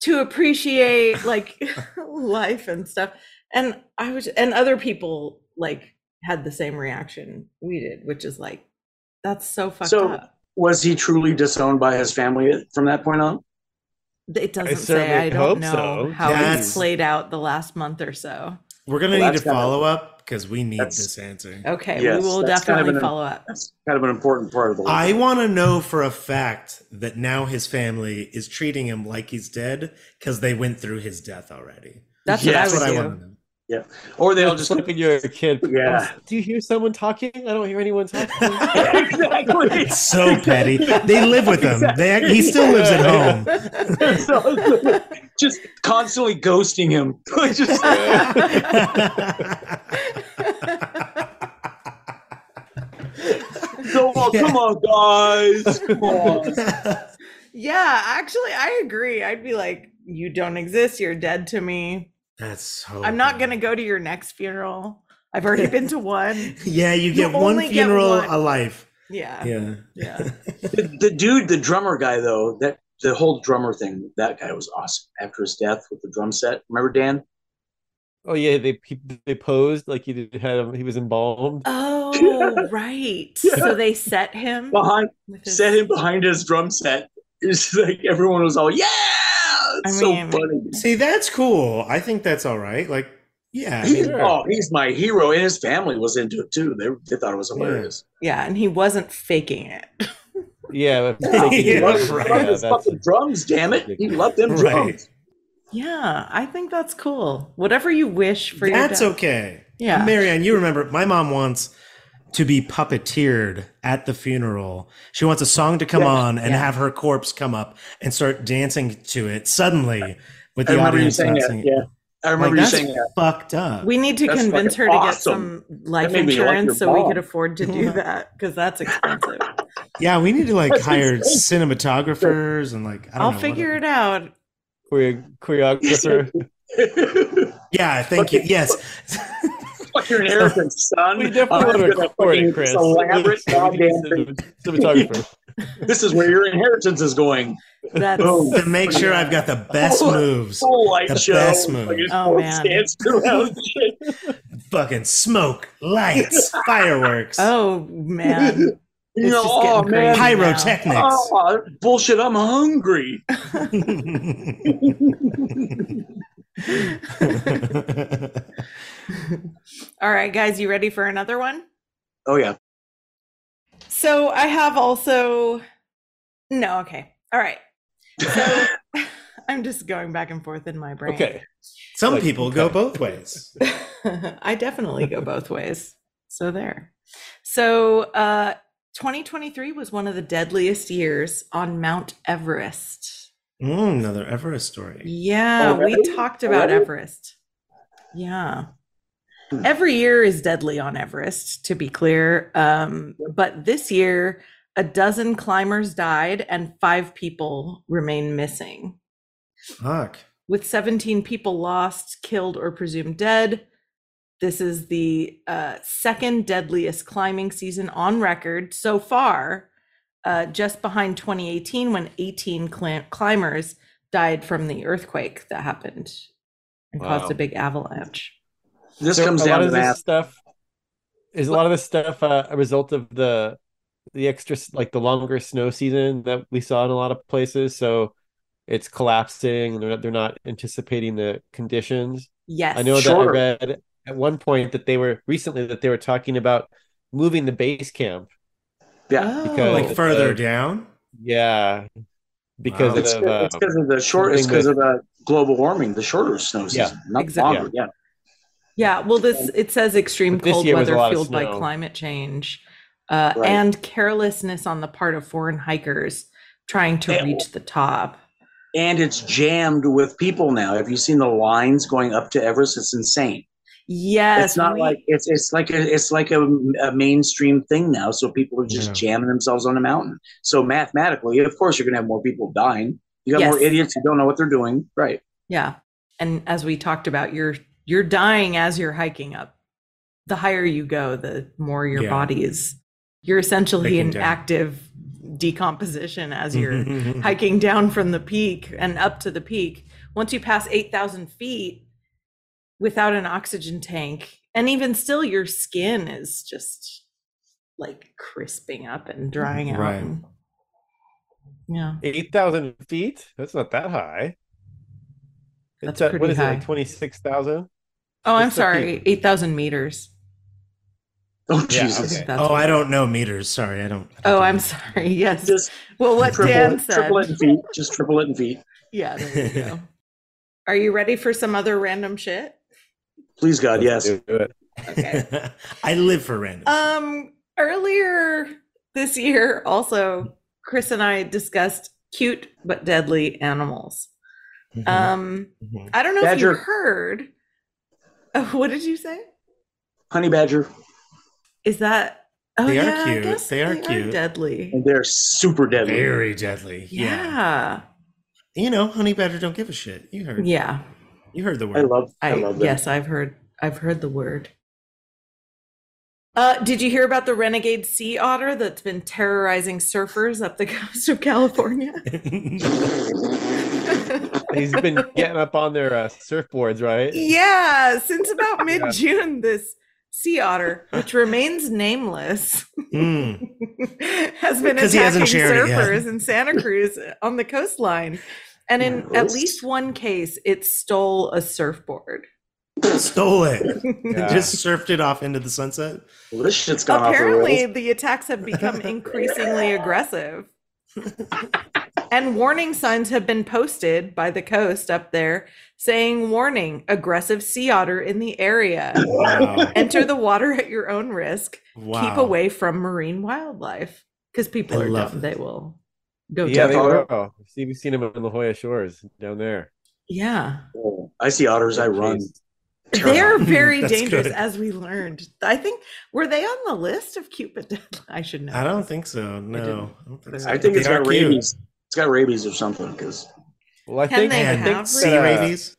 Speaker 1: to appreciate like life and stuff." And I was and other people like had the same reaction we did, which is like that's so fucked
Speaker 4: So-
Speaker 1: up.
Speaker 4: Was he truly disowned by his family from that point on?
Speaker 1: It doesn't say. I
Speaker 3: certainly
Speaker 1: don't
Speaker 3: hope
Speaker 1: know
Speaker 3: so.
Speaker 1: how
Speaker 2: That's-
Speaker 1: it's played out the last month or so.
Speaker 2: We're gonna
Speaker 4: Well,
Speaker 2: need
Speaker 4: that's
Speaker 2: to
Speaker 4: kinda-
Speaker 2: follow up because we need
Speaker 4: that's-
Speaker 2: this answer.
Speaker 1: Okay,
Speaker 4: Yes,
Speaker 1: we will
Speaker 4: that's kind of
Speaker 1: definitely
Speaker 4: an-
Speaker 1: follow up.
Speaker 4: That's kind of an important part of the.
Speaker 2: I want to know for a fact that now his family is treating him like he's dead because they went through his death already.
Speaker 1: That's
Speaker 4: Yes.
Speaker 2: That's
Speaker 1: what I
Speaker 2: what I
Speaker 1: would do.
Speaker 2: want to know.
Speaker 4: or they'll
Speaker 3: they'll
Speaker 4: just
Speaker 3: just look when you're a kid.
Speaker 4: Yeah.
Speaker 3: Do you hear someone talking? I don't hear anyone talking.
Speaker 4: exactly.
Speaker 2: It's so petty. They live with him. They, he still lives at home.
Speaker 4: just constantly ghosting him. Just- so, well, come on, guys. Come on.
Speaker 1: yeah, actually, I agree. I'd be like, you don't exist. You're dead to me.
Speaker 2: That's so.
Speaker 1: I'm not
Speaker 2: bad.
Speaker 1: going to go to your next funeral. I've already been to one.
Speaker 2: Yeah, you get one
Speaker 1: only get
Speaker 2: funeral
Speaker 1: one.
Speaker 2: a life.
Speaker 1: Yeah. Yeah.
Speaker 2: Yeah.
Speaker 4: The, the dude, the drummer guy, though, that the whole drummer thing, that guy was awesome. After his death with the drum set, remember Dan?
Speaker 3: oh yeah, they he, they posed like he did, had him. He was embalmed.
Speaker 1: Oh, right. So they set him.
Speaker 4: Behind,
Speaker 1: with his-
Speaker 4: set him behind his drum set. It's like everyone was all, yeah, it's
Speaker 1: I
Speaker 4: so
Speaker 1: mean-
Speaker 4: funny.
Speaker 2: See, that's cool. I think that's all right. Like, yeah. I
Speaker 4: He-
Speaker 2: mean,
Speaker 4: oh, he's my hero, and his family was into it too. They, they thought it was hilarious.
Speaker 1: Yeah. And he wasn't faking it.
Speaker 3: Yeah, but
Speaker 2: Yeah,
Speaker 3: thinking
Speaker 4: He
Speaker 3: about
Speaker 4: loved,
Speaker 3: it,
Speaker 2: right.
Speaker 3: yeah,
Speaker 4: loved his
Speaker 3: that's-
Speaker 4: fucking drums, damn it! He loved them drums.
Speaker 2: Right.
Speaker 1: Yeah. I think that's cool. Whatever you wish for
Speaker 2: that's
Speaker 1: your death.
Speaker 2: okay.
Speaker 1: Yeah.
Speaker 2: Marianne, you remember my mom wants to be puppeteered at the funeral. She wants a song to come
Speaker 4: Yeah.
Speaker 2: on and
Speaker 1: Yeah.
Speaker 2: have her corpse come up and start dancing to it suddenly with
Speaker 4: I
Speaker 2: the
Speaker 4: remember you
Speaker 2: audience
Speaker 4: saying
Speaker 2: not
Speaker 4: that.
Speaker 2: singing.
Speaker 4: Yeah, I remember
Speaker 2: like, that's
Speaker 4: you saying that.
Speaker 2: fucked up.
Speaker 1: We need to
Speaker 4: That's
Speaker 1: convince her
Speaker 4: fucking
Speaker 1: to get
Speaker 4: awesome.
Speaker 1: some life
Speaker 4: made me like your
Speaker 1: insurance so we
Speaker 4: mom.
Speaker 1: could afford to do that because that's expensive.
Speaker 2: yeah, we need to like
Speaker 4: That's
Speaker 2: hire
Speaker 4: insane.
Speaker 2: cinematographers and like I don't
Speaker 1: I'll
Speaker 2: know,
Speaker 1: figure
Speaker 2: whatever.
Speaker 1: it out.
Speaker 3: choreo- choreographer.
Speaker 2: Yeah, thank you. Yes.
Speaker 4: Fuck your inheritance, son.
Speaker 3: We definitely
Speaker 4: I'm
Speaker 3: want to
Speaker 4: gonna
Speaker 3: record
Speaker 4: fucking-
Speaker 3: it, Chris.
Speaker 4: this Elaborate goddamn thing.
Speaker 3: cinematographer.
Speaker 4: This is where your inheritance is going.
Speaker 1: That's
Speaker 4: Boom.
Speaker 2: to make sure I've got the best moves.
Speaker 4: Full light
Speaker 2: The
Speaker 4: show.
Speaker 2: best move.
Speaker 4: Fucking
Speaker 1: Oh, man.
Speaker 4: dance around shit.
Speaker 2: Fucking smoke, lights, fireworks,
Speaker 1: oh man.
Speaker 4: You know,
Speaker 1: just
Speaker 4: oh
Speaker 1: getting
Speaker 4: man.
Speaker 1: crazy.
Speaker 2: pyrotechnics.
Speaker 4: Oh, bullshit, I'm hungry.
Speaker 1: All right, guys, you ready for another one?
Speaker 4: Oh yeah.
Speaker 1: So I have also no, okay. All right. So I'm just going back and forth in my brain.
Speaker 3: Okay,
Speaker 2: Some
Speaker 3: Like,
Speaker 2: people go both ways.
Speaker 1: I definitely go both ways. So there. So uh 2023 was one of the deadliest years on Mount Everest.
Speaker 2: Mm, another Everest story.
Speaker 1: Yeah,
Speaker 4: Already?
Speaker 1: we talked about
Speaker 4: Oh, Already?
Speaker 1: Everest. Yeah.
Speaker 4: Hmm.
Speaker 1: Every year is deadly on Everest, to be clear. Um, but this year, a dozen climbers died and five people remain missing
Speaker 2: Fuck.
Speaker 1: with 17 people lost, killed, or presumed dead. This is the uh, second deadliest climbing season on record so far, uh, just behind 2018 when 18 cli- climbers died from the earthquake that happened and
Speaker 3: Wow.
Speaker 1: caused a big avalanche.
Speaker 4: This
Speaker 3: So
Speaker 4: comes
Speaker 3: a lot
Speaker 4: down to
Speaker 3: of this
Speaker 4: math.
Speaker 3: stuff. Is a lot of this stuff uh, a result of the the extra s- like the longer snow season that we saw in a lot of places? So it's collapsing, and they're not, they're not anticipating the conditions.
Speaker 1: Yes.
Speaker 3: I know that I
Speaker 4: Sure.
Speaker 3: read at one point that they were recently that they were talking about moving the base camp.
Speaker 4: Yeah.
Speaker 3: because-
Speaker 2: like
Speaker 3: Oh,
Speaker 2: further
Speaker 3: uh,
Speaker 2: down.
Speaker 3: Yeah, because
Speaker 2: Wow.
Speaker 4: It's
Speaker 3: of uh,
Speaker 4: because of the short. It's
Speaker 3: something
Speaker 4: because of the global warming, the shorter snow
Speaker 3: Yeah.
Speaker 4: season, not
Speaker 1: Exactly.
Speaker 4: longer. Yeah.
Speaker 1: Yeah, well, this it says extreme
Speaker 3: But this
Speaker 1: cold
Speaker 3: year was a
Speaker 1: weather
Speaker 3: lot of
Speaker 1: fueled by
Speaker 3: snow.
Speaker 1: climate change uh,
Speaker 4: Right.
Speaker 1: and carelessness on the part of foreign hikers trying to
Speaker 4: Yeah.
Speaker 1: reach the top.
Speaker 4: And it's jammed with people now. Have you seen the lines going up to Everest? It's insane.
Speaker 1: Yes,
Speaker 4: it's not
Speaker 1: we-
Speaker 4: like it's it's like a it's like a, a mainstream thing now. So people are just
Speaker 2: Yeah.
Speaker 4: jamming themselves on a mountain. So mathematically, of course, you're going to have more people dying. You got more
Speaker 1: Yes.
Speaker 4: idiots who don't know what they're doing. Right.
Speaker 1: yeah. And as we talked about, you're you're dying as you're hiking up. The higher you go, the more your
Speaker 2: Yeah.
Speaker 1: body is. You're essentially
Speaker 2: Breaking
Speaker 1: in
Speaker 2: down. Mm-hmm.
Speaker 1: active decomposition as you're hiking down from the peak and up to the peak. Once you pass 8,000 feet without an oxygen tank, and even still, your skin is just like crisping up and drying out.
Speaker 2: Right.
Speaker 1: and- yeah.
Speaker 3: eight thousand feet. That's not that high.
Speaker 1: That's
Speaker 3: it's at, what
Speaker 1: pretty
Speaker 3: is it
Speaker 1: high.
Speaker 3: like twenty six thousand?
Speaker 1: Oh, I'm
Speaker 3: What's the peak?
Speaker 1: sorry. 8,000 meters.
Speaker 4: Oh
Speaker 3: Yeah,
Speaker 4: Jesus.
Speaker 3: okay.
Speaker 1: That's
Speaker 2: oh,
Speaker 1: what-
Speaker 2: I don't know meters. Sorry, I don't. I don't
Speaker 1: Oh,
Speaker 2: know.
Speaker 1: I'm sorry. Yes.
Speaker 4: Just
Speaker 1: well, what
Speaker 4: triple,
Speaker 1: Dan
Speaker 4: it,
Speaker 1: said.
Speaker 4: triple it in feet. Just triple it in feet.
Speaker 1: Yeah. There you go. Are you ready for some other random shit?
Speaker 4: Please God, Uh, yes.
Speaker 1: Okay.
Speaker 2: I live for random.
Speaker 1: Um, earlier this year, also, Chris and I discussed cute but deadly animals.
Speaker 2: shit.
Speaker 1: Um,
Speaker 2: Mhm.
Speaker 1: I don't know
Speaker 4: Badger.
Speaker 1: if you heard. Oh, what did you say?
Speaker 4: Honey badger.
Speaker 1: Is that? Oh,
Speaker 2: They are
Speaker 1: yeah, I
Speaker 2: cute.
Speaker 1: guess
Speaker 2: They are cute.
Speaker 1: deadly.
Speaker 4: And they're super deadly.
Speaker 2: Very deadly. Yeah.
Speaker 1: Yeah.
Speaker 2: You know, honey badger don't give a shit. You
Speaker 1: Yeah.
Speaker 2: heard. You heard the word.
Speaker 4: I love
Speaker 1: I,
Speaker 4: I, love them.
Speaker 1: yes, I've heard. I've heard the word. Uh, did you hear about the renegade sea otter that's been terrorizing surfers up the coast of California?
Speaker 3: He's been getting up on their uh, surfboards, right?
Speaker 1: Yeah, since about mid June, this sea otter, which remains nameless,
Speaker 2: Mm.
Speaker 1: has been
Speaker 2: 'Cause he
Speaker 1: attacking
Speaker 2: hasn't shared it yet.
Speaker 1: surfers in Santa Cruz on the coastline. And in at
Speaker 4: Gross.
Speaker 1: least one case, it stole a surfboard.
Speaker 2: Stole it.
Speaker 3: Yeah.
Speaker 2: Just surfed it off into the sunset.
Speaker 4: Well, this shit's gone off
Speaker 1: Apparently,
Speaker 4: the rails.
Speaker 1: the attacks have become increasingly aggressive. and warning signs have been posted by the coast up there saying, Warning, aggressive sea otter in the area.
Speaker 2: Wow.
Speaker 1: Enter the water at your own risk.
Speaker 2: wow.
Speaker 1: Keep away from marine wildlife because people
Speaker 2: I
Speaker 1: are
Speaker 2: love
Speaker 1: dumb.
Speaker 2: it.
Speaker 1: They will go.
Speaker 3: Yeah,
Speaker 1: Yeah,
Speaker 3: they
Speaker 4: Death
Speaker 3: will. See, we've seen him on the Hoya Shores down there.
Speaker 1: yeah.
Speaker 4: Oh, I see otters. I run.
Speaker 1: they are very
Speaker 2: That's
Speaker 1: dangerous,
Speaker 2: good.
Speaker 1: as we learned. I think were they on the list of Cupid? Deadline? I should know.
Speaker 2: I don't think so. No. I, don't so.
Speaker 4: I think
Speaker 2: They
Speaker 4: it's
Speaker 2: are
Speaker 4: got
Speaker 2: cute.
Speaker 4: rabies. It's got rabies or something. Because
Speaker 3: Well, I
Speaker 1: Can
Speaker 3: think
Speaker 1: they
Speaker 3: I
Speaker 2: Man,
Speaker 1: have
Speaker 3: think
Speaker 2: sea
Speaker 3: that, uh,
Speaker 2: rabies.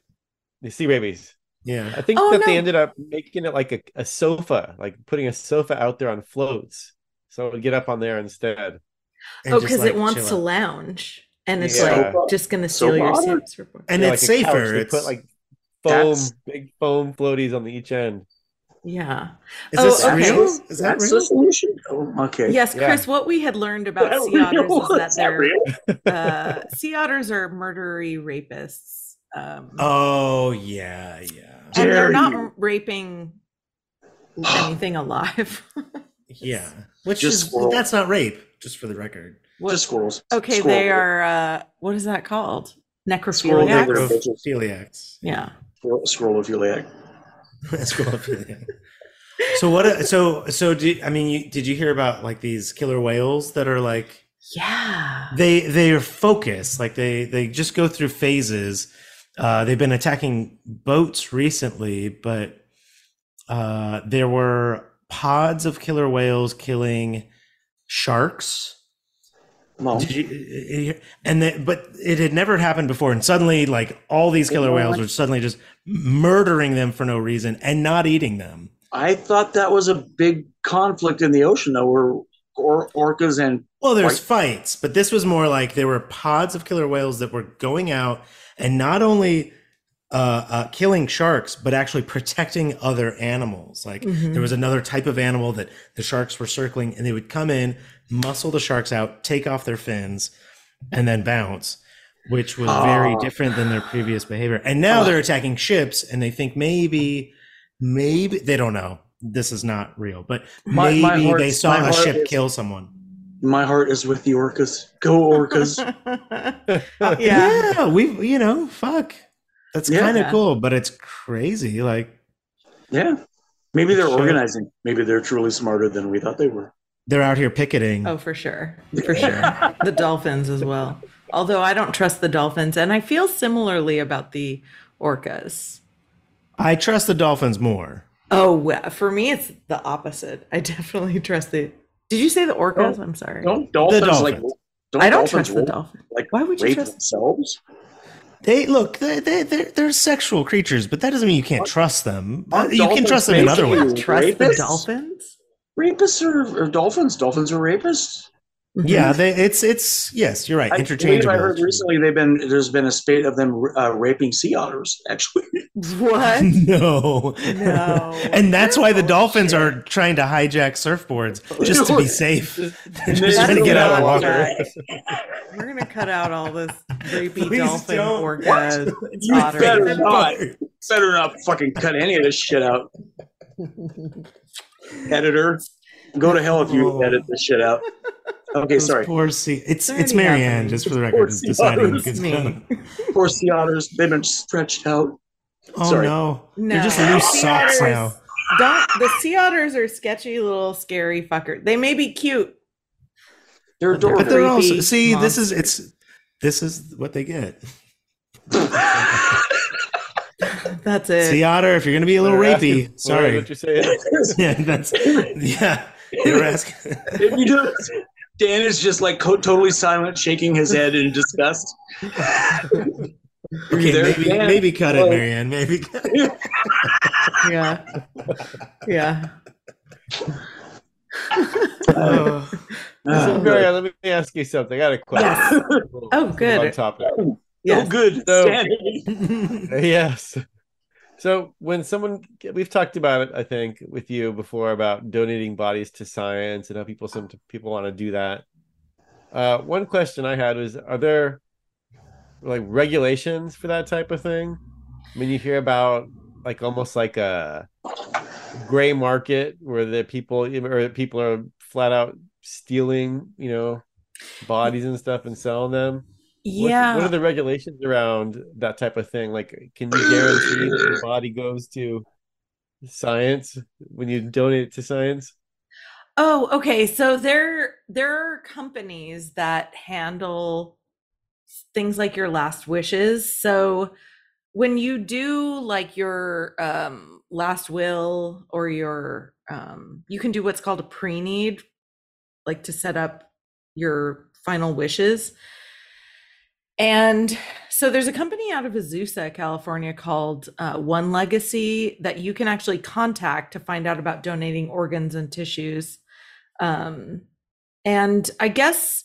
Speaker 3: the sea rabies.
Speaker 2: Yeah.
Speaker 3: I think
Speaker 1: Oh,
Speaker 3: that they
Speaker 1: no.
Speaker 3: ended up making it like a, a sofa, like putting a sofa out there on floats, so it would get up on there instead.
Speaker 2: And
Speaker 1: Oh,
Speaker 2: just,
Speaker 1: because
Speaker 2: like,
Speaker 1: it wants
Speaker 2: chill
Speaker 1: to
Speaker 2: out.
Speaker 1: lounge, and it's
Speaker 3: Yeah.
Speaker 1: like just going to steal your
Speaker 4: otter?
Speaker 1: stamps report.
Speaker 2: And
Speaker 3: Yeah,
Speaker 2: it's
Speaker 3: like a couch.
Speaker 2: safer.
Speaker 3: They
Speaker 2: It's
Speaker 3: put like foam,
Speaker 4: That's-
Speaker 3: big foam floaties on the each end.
Speaker 1: Yeah.
Speaker 2: Is this
Speaker 1: Oh, okay.
Speaker 2: real? Is that
Speaker 4: that's
Speaker 2: real?
Speaker 4: the solution. Oh, okay.
Speaker 1: Yes,
Speaker 3: Yeah.
Speaker 1: Chris. What we had learned
Speaker 4: Is
Speaker 1: about
Speaker 4: that
Speaker 1: sea otters
Speaker 4: real?
Speaker 1: is that
Speaker 4: Is
Speaker 1: they're
Speaker 4: real?
Speaker 1: uh, sea otters are murdery rapists. Um,
Speaker 2: Oh yeah, yeah,
Speaker 1: and
Speaker 4: dare
Speaker 1: they're not
Speaker 4: you.
Speaker 1: raping anything alive.
Speaker 2: yeah. Which
Speaker 4: Just
Speaker 2: is
Speaker 4: squirrel.
Speaker 2: that's not rape, just for the record.
Speaker 1: What-
Speaker 4: Just squirrels.
Speaker 1: okay,
Speaker 4: Squirrel.
Speaker 1: they are. Uh, what is that called?
Speaker 4: Squirrel digger.
Speaker 1: Necrophiliacs.
Speaker 2: Necrophiliacs.
Speaker 1: Yeah.
Speaker 4: Squirrel- Squirrelophiliac.
Speaker 2: Squirrelophiliac. so what? So so do I mean? You, did you hear about like these killer whales that are like
Speaker 1: Yeah.
Speaker 2: they they are focused like they they just go through phases. Uh, they've been attacking boats recently, but uh, there were pods of killer whales killing sharks.
Speaker 4: No.
Speaker 2: Did you, uh, uh, and then, but it had never happened before, and suddenly, like all these killer whales were suddenly just murdering them for no reason and not eating them.
Speaker 4: I thought that was a big conflict in the ocean, though, where or orcas and
Speaker 2: Well, there's
Speaker 4: Right.
Speaker 2: fights, but this was more like there were pods of killer whales that were going out and not only uh, uh, killing sharks, but actually protecting other animals. Like
Speaker 1: Mhm.
Speaker 2: there was another type of animal that the sharks were circling, and they would come in, muscle the sharks out, take off their fins, and then bounce, which was very
Speaker 4: Oh.
Speaker 2: different than their previous behavior. And now
Speaker 4: Oh.
Speaker 2: they're attacking ships, and they think maybe, maybe they don't know. This is not real, but
Speaker 4: My-
Speaker 2: maybe
Speaker 4: my heart-
Speaker 2: they
Speaker 4: my
Speaker 2: saw a
Speaker 4: heart
Speaker 2: ship
Speaker 4: is-
Speaker 2: kill someone.
Speaker 4: My heart is with the orcas. Go orcas.
Speaker 1: yeah.
Speaker 2: we we you know, fuck. That's
Speaker 4: Yeah.
Speaker 2: kind of cool, but it's crazy. Like
Speaker 4: yeah. Maybe they're
Speaker 2: Sure.
Speaker 4: organizing. Maybe they're truly smarter than we thought they were.
Speaker 2: they're out here picketing.
Speaker 1: Oh, for sure. For sure. the dolphins as well. Although I don't trust the dolphins. And I feel similarly about the orcas.
Speaker 2: I trust the dolphins more.
Speaker 1: Oh, wa- for me, it's the opposite. I definitely trust the. Did you say the orcas? I'm sorry.
Speaker 4: Don't dolphins, like?
Speaker 2: dolphins.
Speaker 4: Don't
Speaker 1: I don't
Speaker 4: dolphins
Speaker 1: trust the
Speaker 4: walk,
Speaker 1: dolphin.
Speaker 4: Like
Speaker 1: Why would you
Speaker 4: wave
Speaker 1: trust-
Speaker 4: themselves?
Speaker 2: They look, they they they're, they're sexual creatures, but that doesn't mean you can't trust them.
Speaker 4: Aren't
Speaker 2: you can
Speaker 4: dolphins
Speaker 2: trust them in other
Speaker 4: basically-
Speaker 2: ways.
Speaker 1: Trust the
Speaker 4: Rapists?
Speaker 1: dolphins?
Speaker 4: Rapists are, are dolphins. Dolphins are rapists.
Speaker 1: Mhm.
Speaker 2: Yeah, they, it's it's yes, you're right.
Speaker 4: I believe
Speaker 2: interchangeable.
Speaker 4: I heard recently they've been there's been a spate of them uh, raping sea otters. Actually,
Speaker 1: What?
Speaker 2: no.
Speaker 1: No.
Speaker 2: and that's why the
Speaker 1: Oh,
Speaker 2: dolphins
Speaker 1: shit.
Speaker 2: are trying to hijack surfboards just to be safe. They're just
Speaker 1: That's
Speaker 2: trying to get out of
Speaker 1: not
Speaker 2: water.
Speaker 1: good. We're gonna cut out all this rapey
Speaker 2: Please
Speaker 1: dolphin
Speaker 2: don't.
Speaker 1: orca.
Speaker 4: You
Speaker 1: otters.
Speaker 4: better not. Better not fucking cut any of this shit out. Editor, go to hell if you
Speaker 2: Oh.
Speaker 4: edit this shit out. Okay,
Speaker 2: Those
Speaker 4: sorry.
Speaker 2: Poor sea. It's
Speaker 1: They're
Speaker 2: it's
Speaker 1: already
Speaker 2: Marianne,
Speaker 1: happening.
Speaker 2: just for the
Speaker 4: Poor
Speaker 2: record, is
Speaker 4: sea
Speaker 2: deciding who
Speaker 4: otters.
Speaker 2: gets
Speaker 1: Me.
Speaker 2: cut.
Speaker 4: Poor sea otters, they've been stretched out.
Speaker 2: Oh
Speaker 4: Sorry.
Speaker 2: no.
Speaker 1: No.
Speaker 2: They're just loose
Speaker 1: Sea otters.
Speaker 2: socks now.
Speaker 1: Don't the sea otters are sketchy little scary fucker. They may be cute.
Speaker 4: They're
Speaker 1: But they're-
Speaker 4: adorable.
Speaker 2: But they're also
Speaker 1: creepy
Speaker 2: see, this
Speaker 1: monsters.
Speaker 2: is it's this is what they get.
Speaker 1: That's it.
Speaker 2: Sea otter, if you're gonna be a little
Speaker 3: Uh, They're
Speaker 2: rapey,
Speaker 3: asking-
Speaker 2: sorry.
Speaker 3: What you're saying?
Speaker 2: yeah, that's yeah. They were asking
Speaker 4: if you do, Dan is just like co- totally silent, shaking his head in disgust.
Speaker 2: okay,
Speaker 4: They're-
Speaker 2: maybe
Speaker 4: yeah.
Speaker 2: maybe cut it,
Speaker 4: Well-
Speaker 2: Marianne. Maybe cut it.
Speaker 1: yeah. Yeah.
Speaker 2: Oh.
Speaker 4: Uh,
Speaker 3: Marianne, let me ask you something. I got a question.
Speaker 1: Yes. Oh, good.
Speaker 3: On topic.
Speaker 1: Yes.
Speaker 4: Oh, good.
Speaker 3: So-
Speaker 4: Sanity.
Speaker 3: Yes. So when someone we've talked about it, I think, with you before about donating bodies to science and how people some people want to do that. Uh, one question I had was: Are there like regulations for that type of thing? I mean, you hear about like almost like a gray market where the people or people are flat out stealing, you know, bodies and stuff and selling them. What's-
Speaker 1: Yeah.
Speaker 3: What are the regulations around that type of thing? Like, can you guarantee that your body goes to science when you donate it to science?
Speaker 1: Oh, okay. So there there are companies that handle things like your last wishes. So when you do like your um last will or your um you can do what's called a pre-need like to set up your final wishes. And so there's a company out of Azusa, California called uh, One Legacy that you can actually contact to find out about donating organs and tissues. Um, and I guess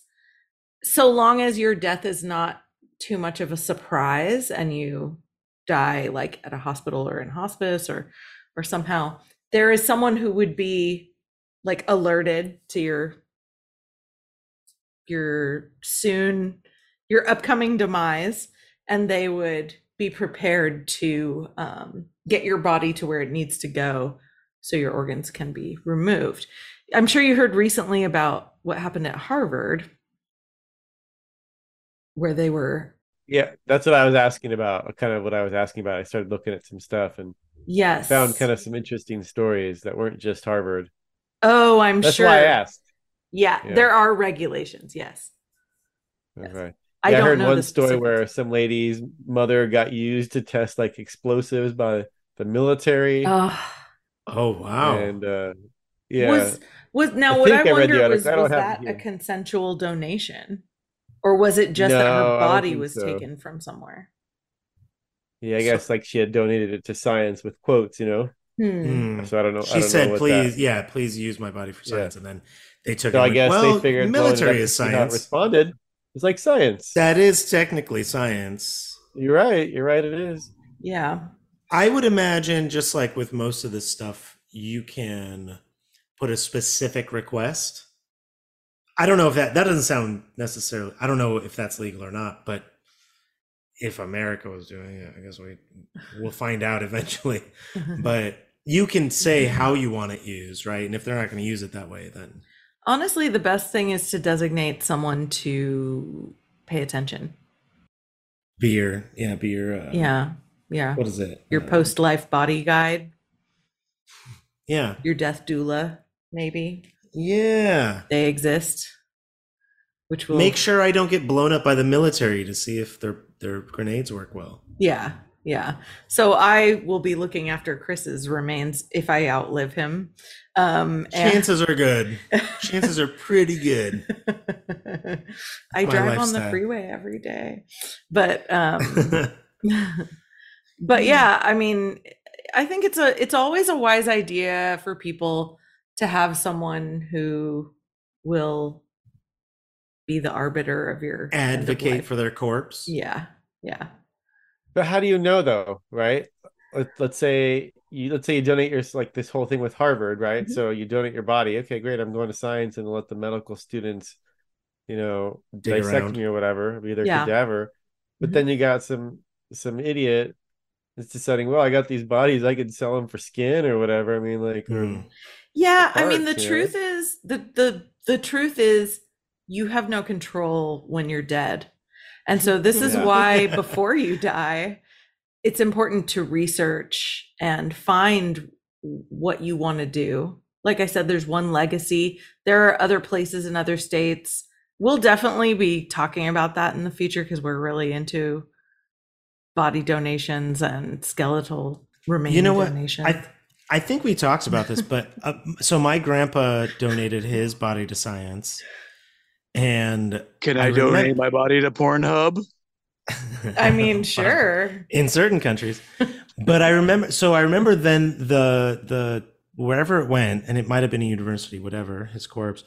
Speaker 1: so long as your death is not too much of a surprise and you die like at a hospital or in hospice or or somehow there is someone who would be like alerted to your your soon your upcoming demise and they would be prepared to um, get your body to where it needs to go so your organs can be removed i'm sure you heard recently about what happened at harvard where they were
Speaker 3: Yeah, that's what I was asking about. Kind of what I was asking about. I started looking at some stuff and
Speaker 1: yes
Speaker 3: found kind of some interesting stories that weren't just Harvard.
Speaker 1: oh i'm
Speaker 3: That's
Speaker 1: sure
Speaker 3: why I asked.
Speaker 1: Yeah,
Speaker 3: Yeah.
Speaker 1: there are regulations yes Yes.
Speaker 3: Okay.
Speaker 1: i
Speaker 3: Yeah,
Speaker 1: don't
Speaker 3: heard
Speaker 1: know
Speaker 3: one
Speaker 1: the
Speaker 3: story
Speaker 1: specific-
Speaker 3: where some lady's mother got used to test like explosives by the military,
Speaker 1: Ugh.
Speaker 2: oh wow.
Speaker 3: and uh, yeah,
Speaker 1: Was was now
Speaker 3: I
Speaker 1: what
Speaker 3: think
Speaker 1: I
Speaker 3: I read the
Speaker 1: wonder
Speaker 3: article.
Speaker 1: was
Speaker 3: I don't
Speaker 1: was
Speaker 3: have it
Speaker 1: that a
Speaker 3: here.
Speaker 1: consensual donation? Or was it just that
Speaker 3: No, I
Speaker 1: her
Speaker 3: don't
Speaker 1: body
Speaker 3: think
Speaker 1: was
Speaker 3: so.
Speaker 1: taken from somewhere?
Speaker 3: yeah, I guess like she had donated it to science with quotes, you know.
Speaker 1: Hmm.
Speaker 2: Hmm.
Speaker 3: So I don't know. I
Speaker 2: She
Speaker 3: don't know
Speaker 2: said,
Speaker 3: what that-
Speaker 2: "Please, yeah, please use my body for science." And then They took. and
Speaker 3: So I
Speaker 2: went,
Speaker 3: guess
Speaker 2: well,
Speaker 3: they figured blowing it up
Speaker 2: military
Speaker 3: to
Speaker 2: is
Speaker 3: see how it
Speaker 2: science.
Speaker 3: Responded. It's like science.
Speaker 2: That is technically science.
Speaker 3: You're right. You're right. It is.
Speaker 1: Yeah.
Speaker 2: I would imagine, just like with most of this stuff, you can put a specific request. I don't know if that that doesn't sound necessarily. I don't know if that's legal or not, but if America was doing it, I guess we we'll find out eventually. But you can say how you want it used, right? And if they're not going to use it that way, then
Speaker 1: Honestly, the best thing is to designate someone to pay attention.
Speaker 2: be your yeah, be your uh,
Speaker 1: Yeah. Yeah.
Speaker 2: What is it?
Speaker 1: Your
Speaker 2: Uh,
Speaker 1: post life body guide,
Speaker 2: Yeah,
Speaker 1: your death doula, maybe.
Speaker 2: yeah.
Speaker 1: They exist. Which will
Speaker 2: Make sure I don't get blown up by the military to see if their their grenades work well.
Speaker 1: Yeah, yeah. So I will be looking after Chris's remains if I outlive him. Um, and-
Speaker 2: Chances are good. Chances are pretty good.
Speaker 1: I
Speaker 2: my
Speaker 1: drive on the
Speaker 2: lifestyle.
Speaker 1: freeway every day, but um, but yeah, I mean, I think it's a it's always a wise idea for people to have someone who will be the arbiter of your end of
Speaker 2: Advocate
Speaker 1: life.
Speaker 2: for their corpse.
Speaker 1: Yeah, yeah.
Speaker 3: But how do you know though, right? Let, let's say you let's say you donate your like this whole thing with Harvard, right?
Speaker 2: Mm-hmm.
Speaker 1: Mhm.
Speaker 3: So you donate your body. Okay, great. I'm going to science and let the medical students, you know,
Speaker 2: Dig
Speaker 3: dissect
Speaker 2: around. Mm-hmm.
Speaker 3: me or whatever, be their
Speaker 1: Yeah.
Speaker 3: cadaver. But
Speaker 1: Mhm.
Speaker 3: then you got some some idiot that's deciding, well, I got these bodies, I could sell them for skin or whatever. I mean, like, or-
Speaker 2: Mm.
Speaker 1: Yeah, I mean the
Speaker 3: parts, you know?
Speaker 1: truth is the the the truth is you have no control when you're dead. And so this is
Speaker 2: Yeah.
Speaker 1: why before you die it's important to research and find what you want to do. Like I said there's one legacy. There are other places in other states. We'll definitely be talking about that in the future cuz we're really into body donations and skeletal remain
Speaker 2: know what?
Speaker 1: donations.
Speaker 2: I I think we talked about this, but uh, so my grandpa donated his body to science, and
Speaker 5: Can
Speaker 2: I
Speaker 5: I,
Speaker 2: remem-
Speaker 5: donate my body to Pornhub?
Speaker 1: I mean, sure.
Speaker 2: in certain countries. But I remember, so I remember then the the wherever it went, and it might have been a university, whatever his corpse.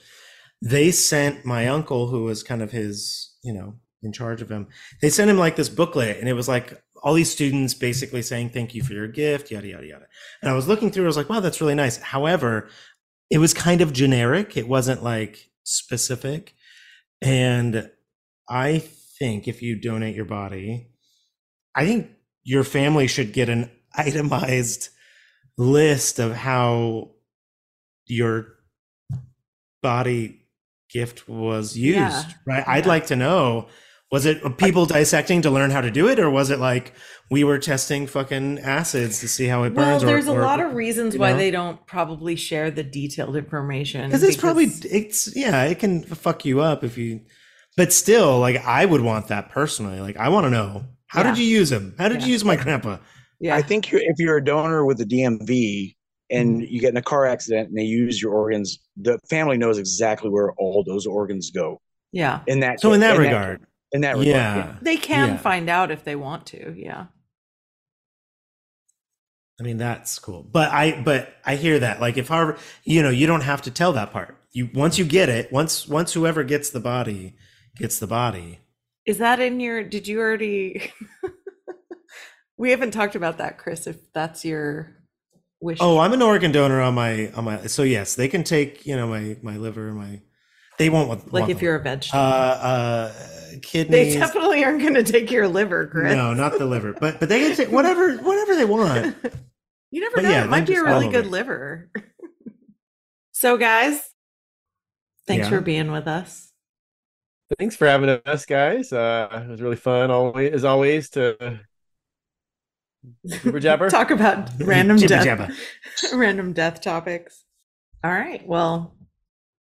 Speaker 2: They sent my uncle, who was kind of his, you know, in charge of him. They sent him like this booklet, and it was like all these students basically saying thank you for your gift, yada yada yada. And I was looking through, I was like, wow, that's really nice. However, it was kind of generic. It wasn't like specific, and I think if you donate your body, I think your family should get an itemized list of how your body gift was used,
Speaker 1: Yeah.
Speaker 2: right? I'd
Speaker 1: Yeah.
Speaker 2: like to know was it people dissecting to learn how to do it, or was it like we were testing fucking acids to see how it
Speaker 1: Well,
Speaker 2: burns? or-
Speaker 1: there's a
Speaker 2: or-
Speaker 1: lot of reasons
Speaker 2: you
Speaker 1: why
Speaker 2: know?
Speaker 1: they don't probably share the detailed information.
Speaker 2: because it's probably
Speaker 1: because-
Speaker 2: it's yeah it can fuck you up if you but still like i would want that personally like i want to know how did
Speaker 1: Yeah.
Speaker 2: you use him how did
Speaker 1: Yeah.
Speaker 2: you use my grandpa
Speaker 1: yeah,
Speaker 4: I think you if you're a donor with the DMV and
Speaker 2: Mm-hmm.
Speaker 4: you get in a car accident and they use your organs, the family knows exactly where all those organs go.
Speaker 1: yeah.
Speaker 4: In that
Speaker 2: so in that regard
Speaker 4: in that regard,
Speaker 2: yeah,
Speaker 1: They can
Speaker 2: Yeah.
Speaker 1: find out if they want to. Yeah,
Speaker 2: i mean that's cool but i but i hear that like if harvard you know you don't have to tell that part you once you get it once once whoever gets the body gets the body
Speaker 1: is that in your? Did you already? we haven't talked about that, Chris. If that's your wish.
Speaker 2: oh i'm an organ donor on my on my so yes they can take you know my my liver and my they won't want,
Speaker 1: like
Speaker 2: want
Speaker 1: if
Speaker 2: the-
Speaker 1: you're a vegetable,
Speaker 2: uh uh
Speaker 1: they
Speaker 2: kidneys
Speaker 1: definitely aren't going to take your liver, Chris.
Speaker 2: No, not the liver, but but they can take whatever whatever they want.
Speaker 1: You never
Speaker 2: But
Speaker 1: know.
Speaker 2: yeah,
Speaker 1: it
Speaker 2: they
Speaker 1: might be a
Speaker 2: just
Speaker 1: really
Speaker 2: follow
Speaker 1: good
Speaker 2: it.
Speaker 1: liver. so, guys, thanks
Speaker 2: Yeah.
Speaker 1: for being with us.
Speaker 3: thanks for having us, guys. Uh, it was really fun, always as always, to jibber jabber.
Speaker 1: Talk about random
Speaker 2: Jibba
Speaker 1: death.
Speaker 2: jabba.
Speaker 1: random death topics. All right. Well,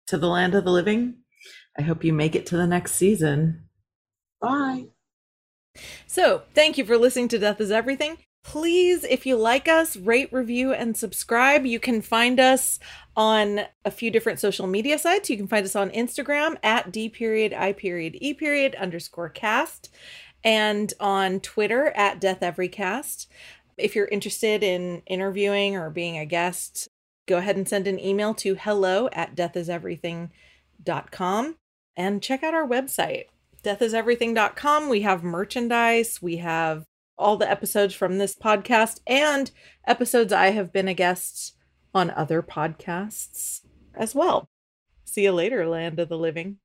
Speaker 1: to the land of the living. I hope you make it to the next season.
Speaker 4: Bye.
Speaker 1: So, thank you for listening to Death is Everything. Please, if you like us, rate, review, and subscribe. You can find us on a few different social media sites. You can find us on Instagram at D period I period E period underscore cast and on Twitter at Death Every Cast. If you're interested in interviewing or being a guest, go ahead and send an email to hello at deathiseverything.com and check out our website, deathiseverything.com. We have merchandise, we have all the episodes from this podcast and episodes I have been a guest on other podcasts as well. See you later, Land of the Living.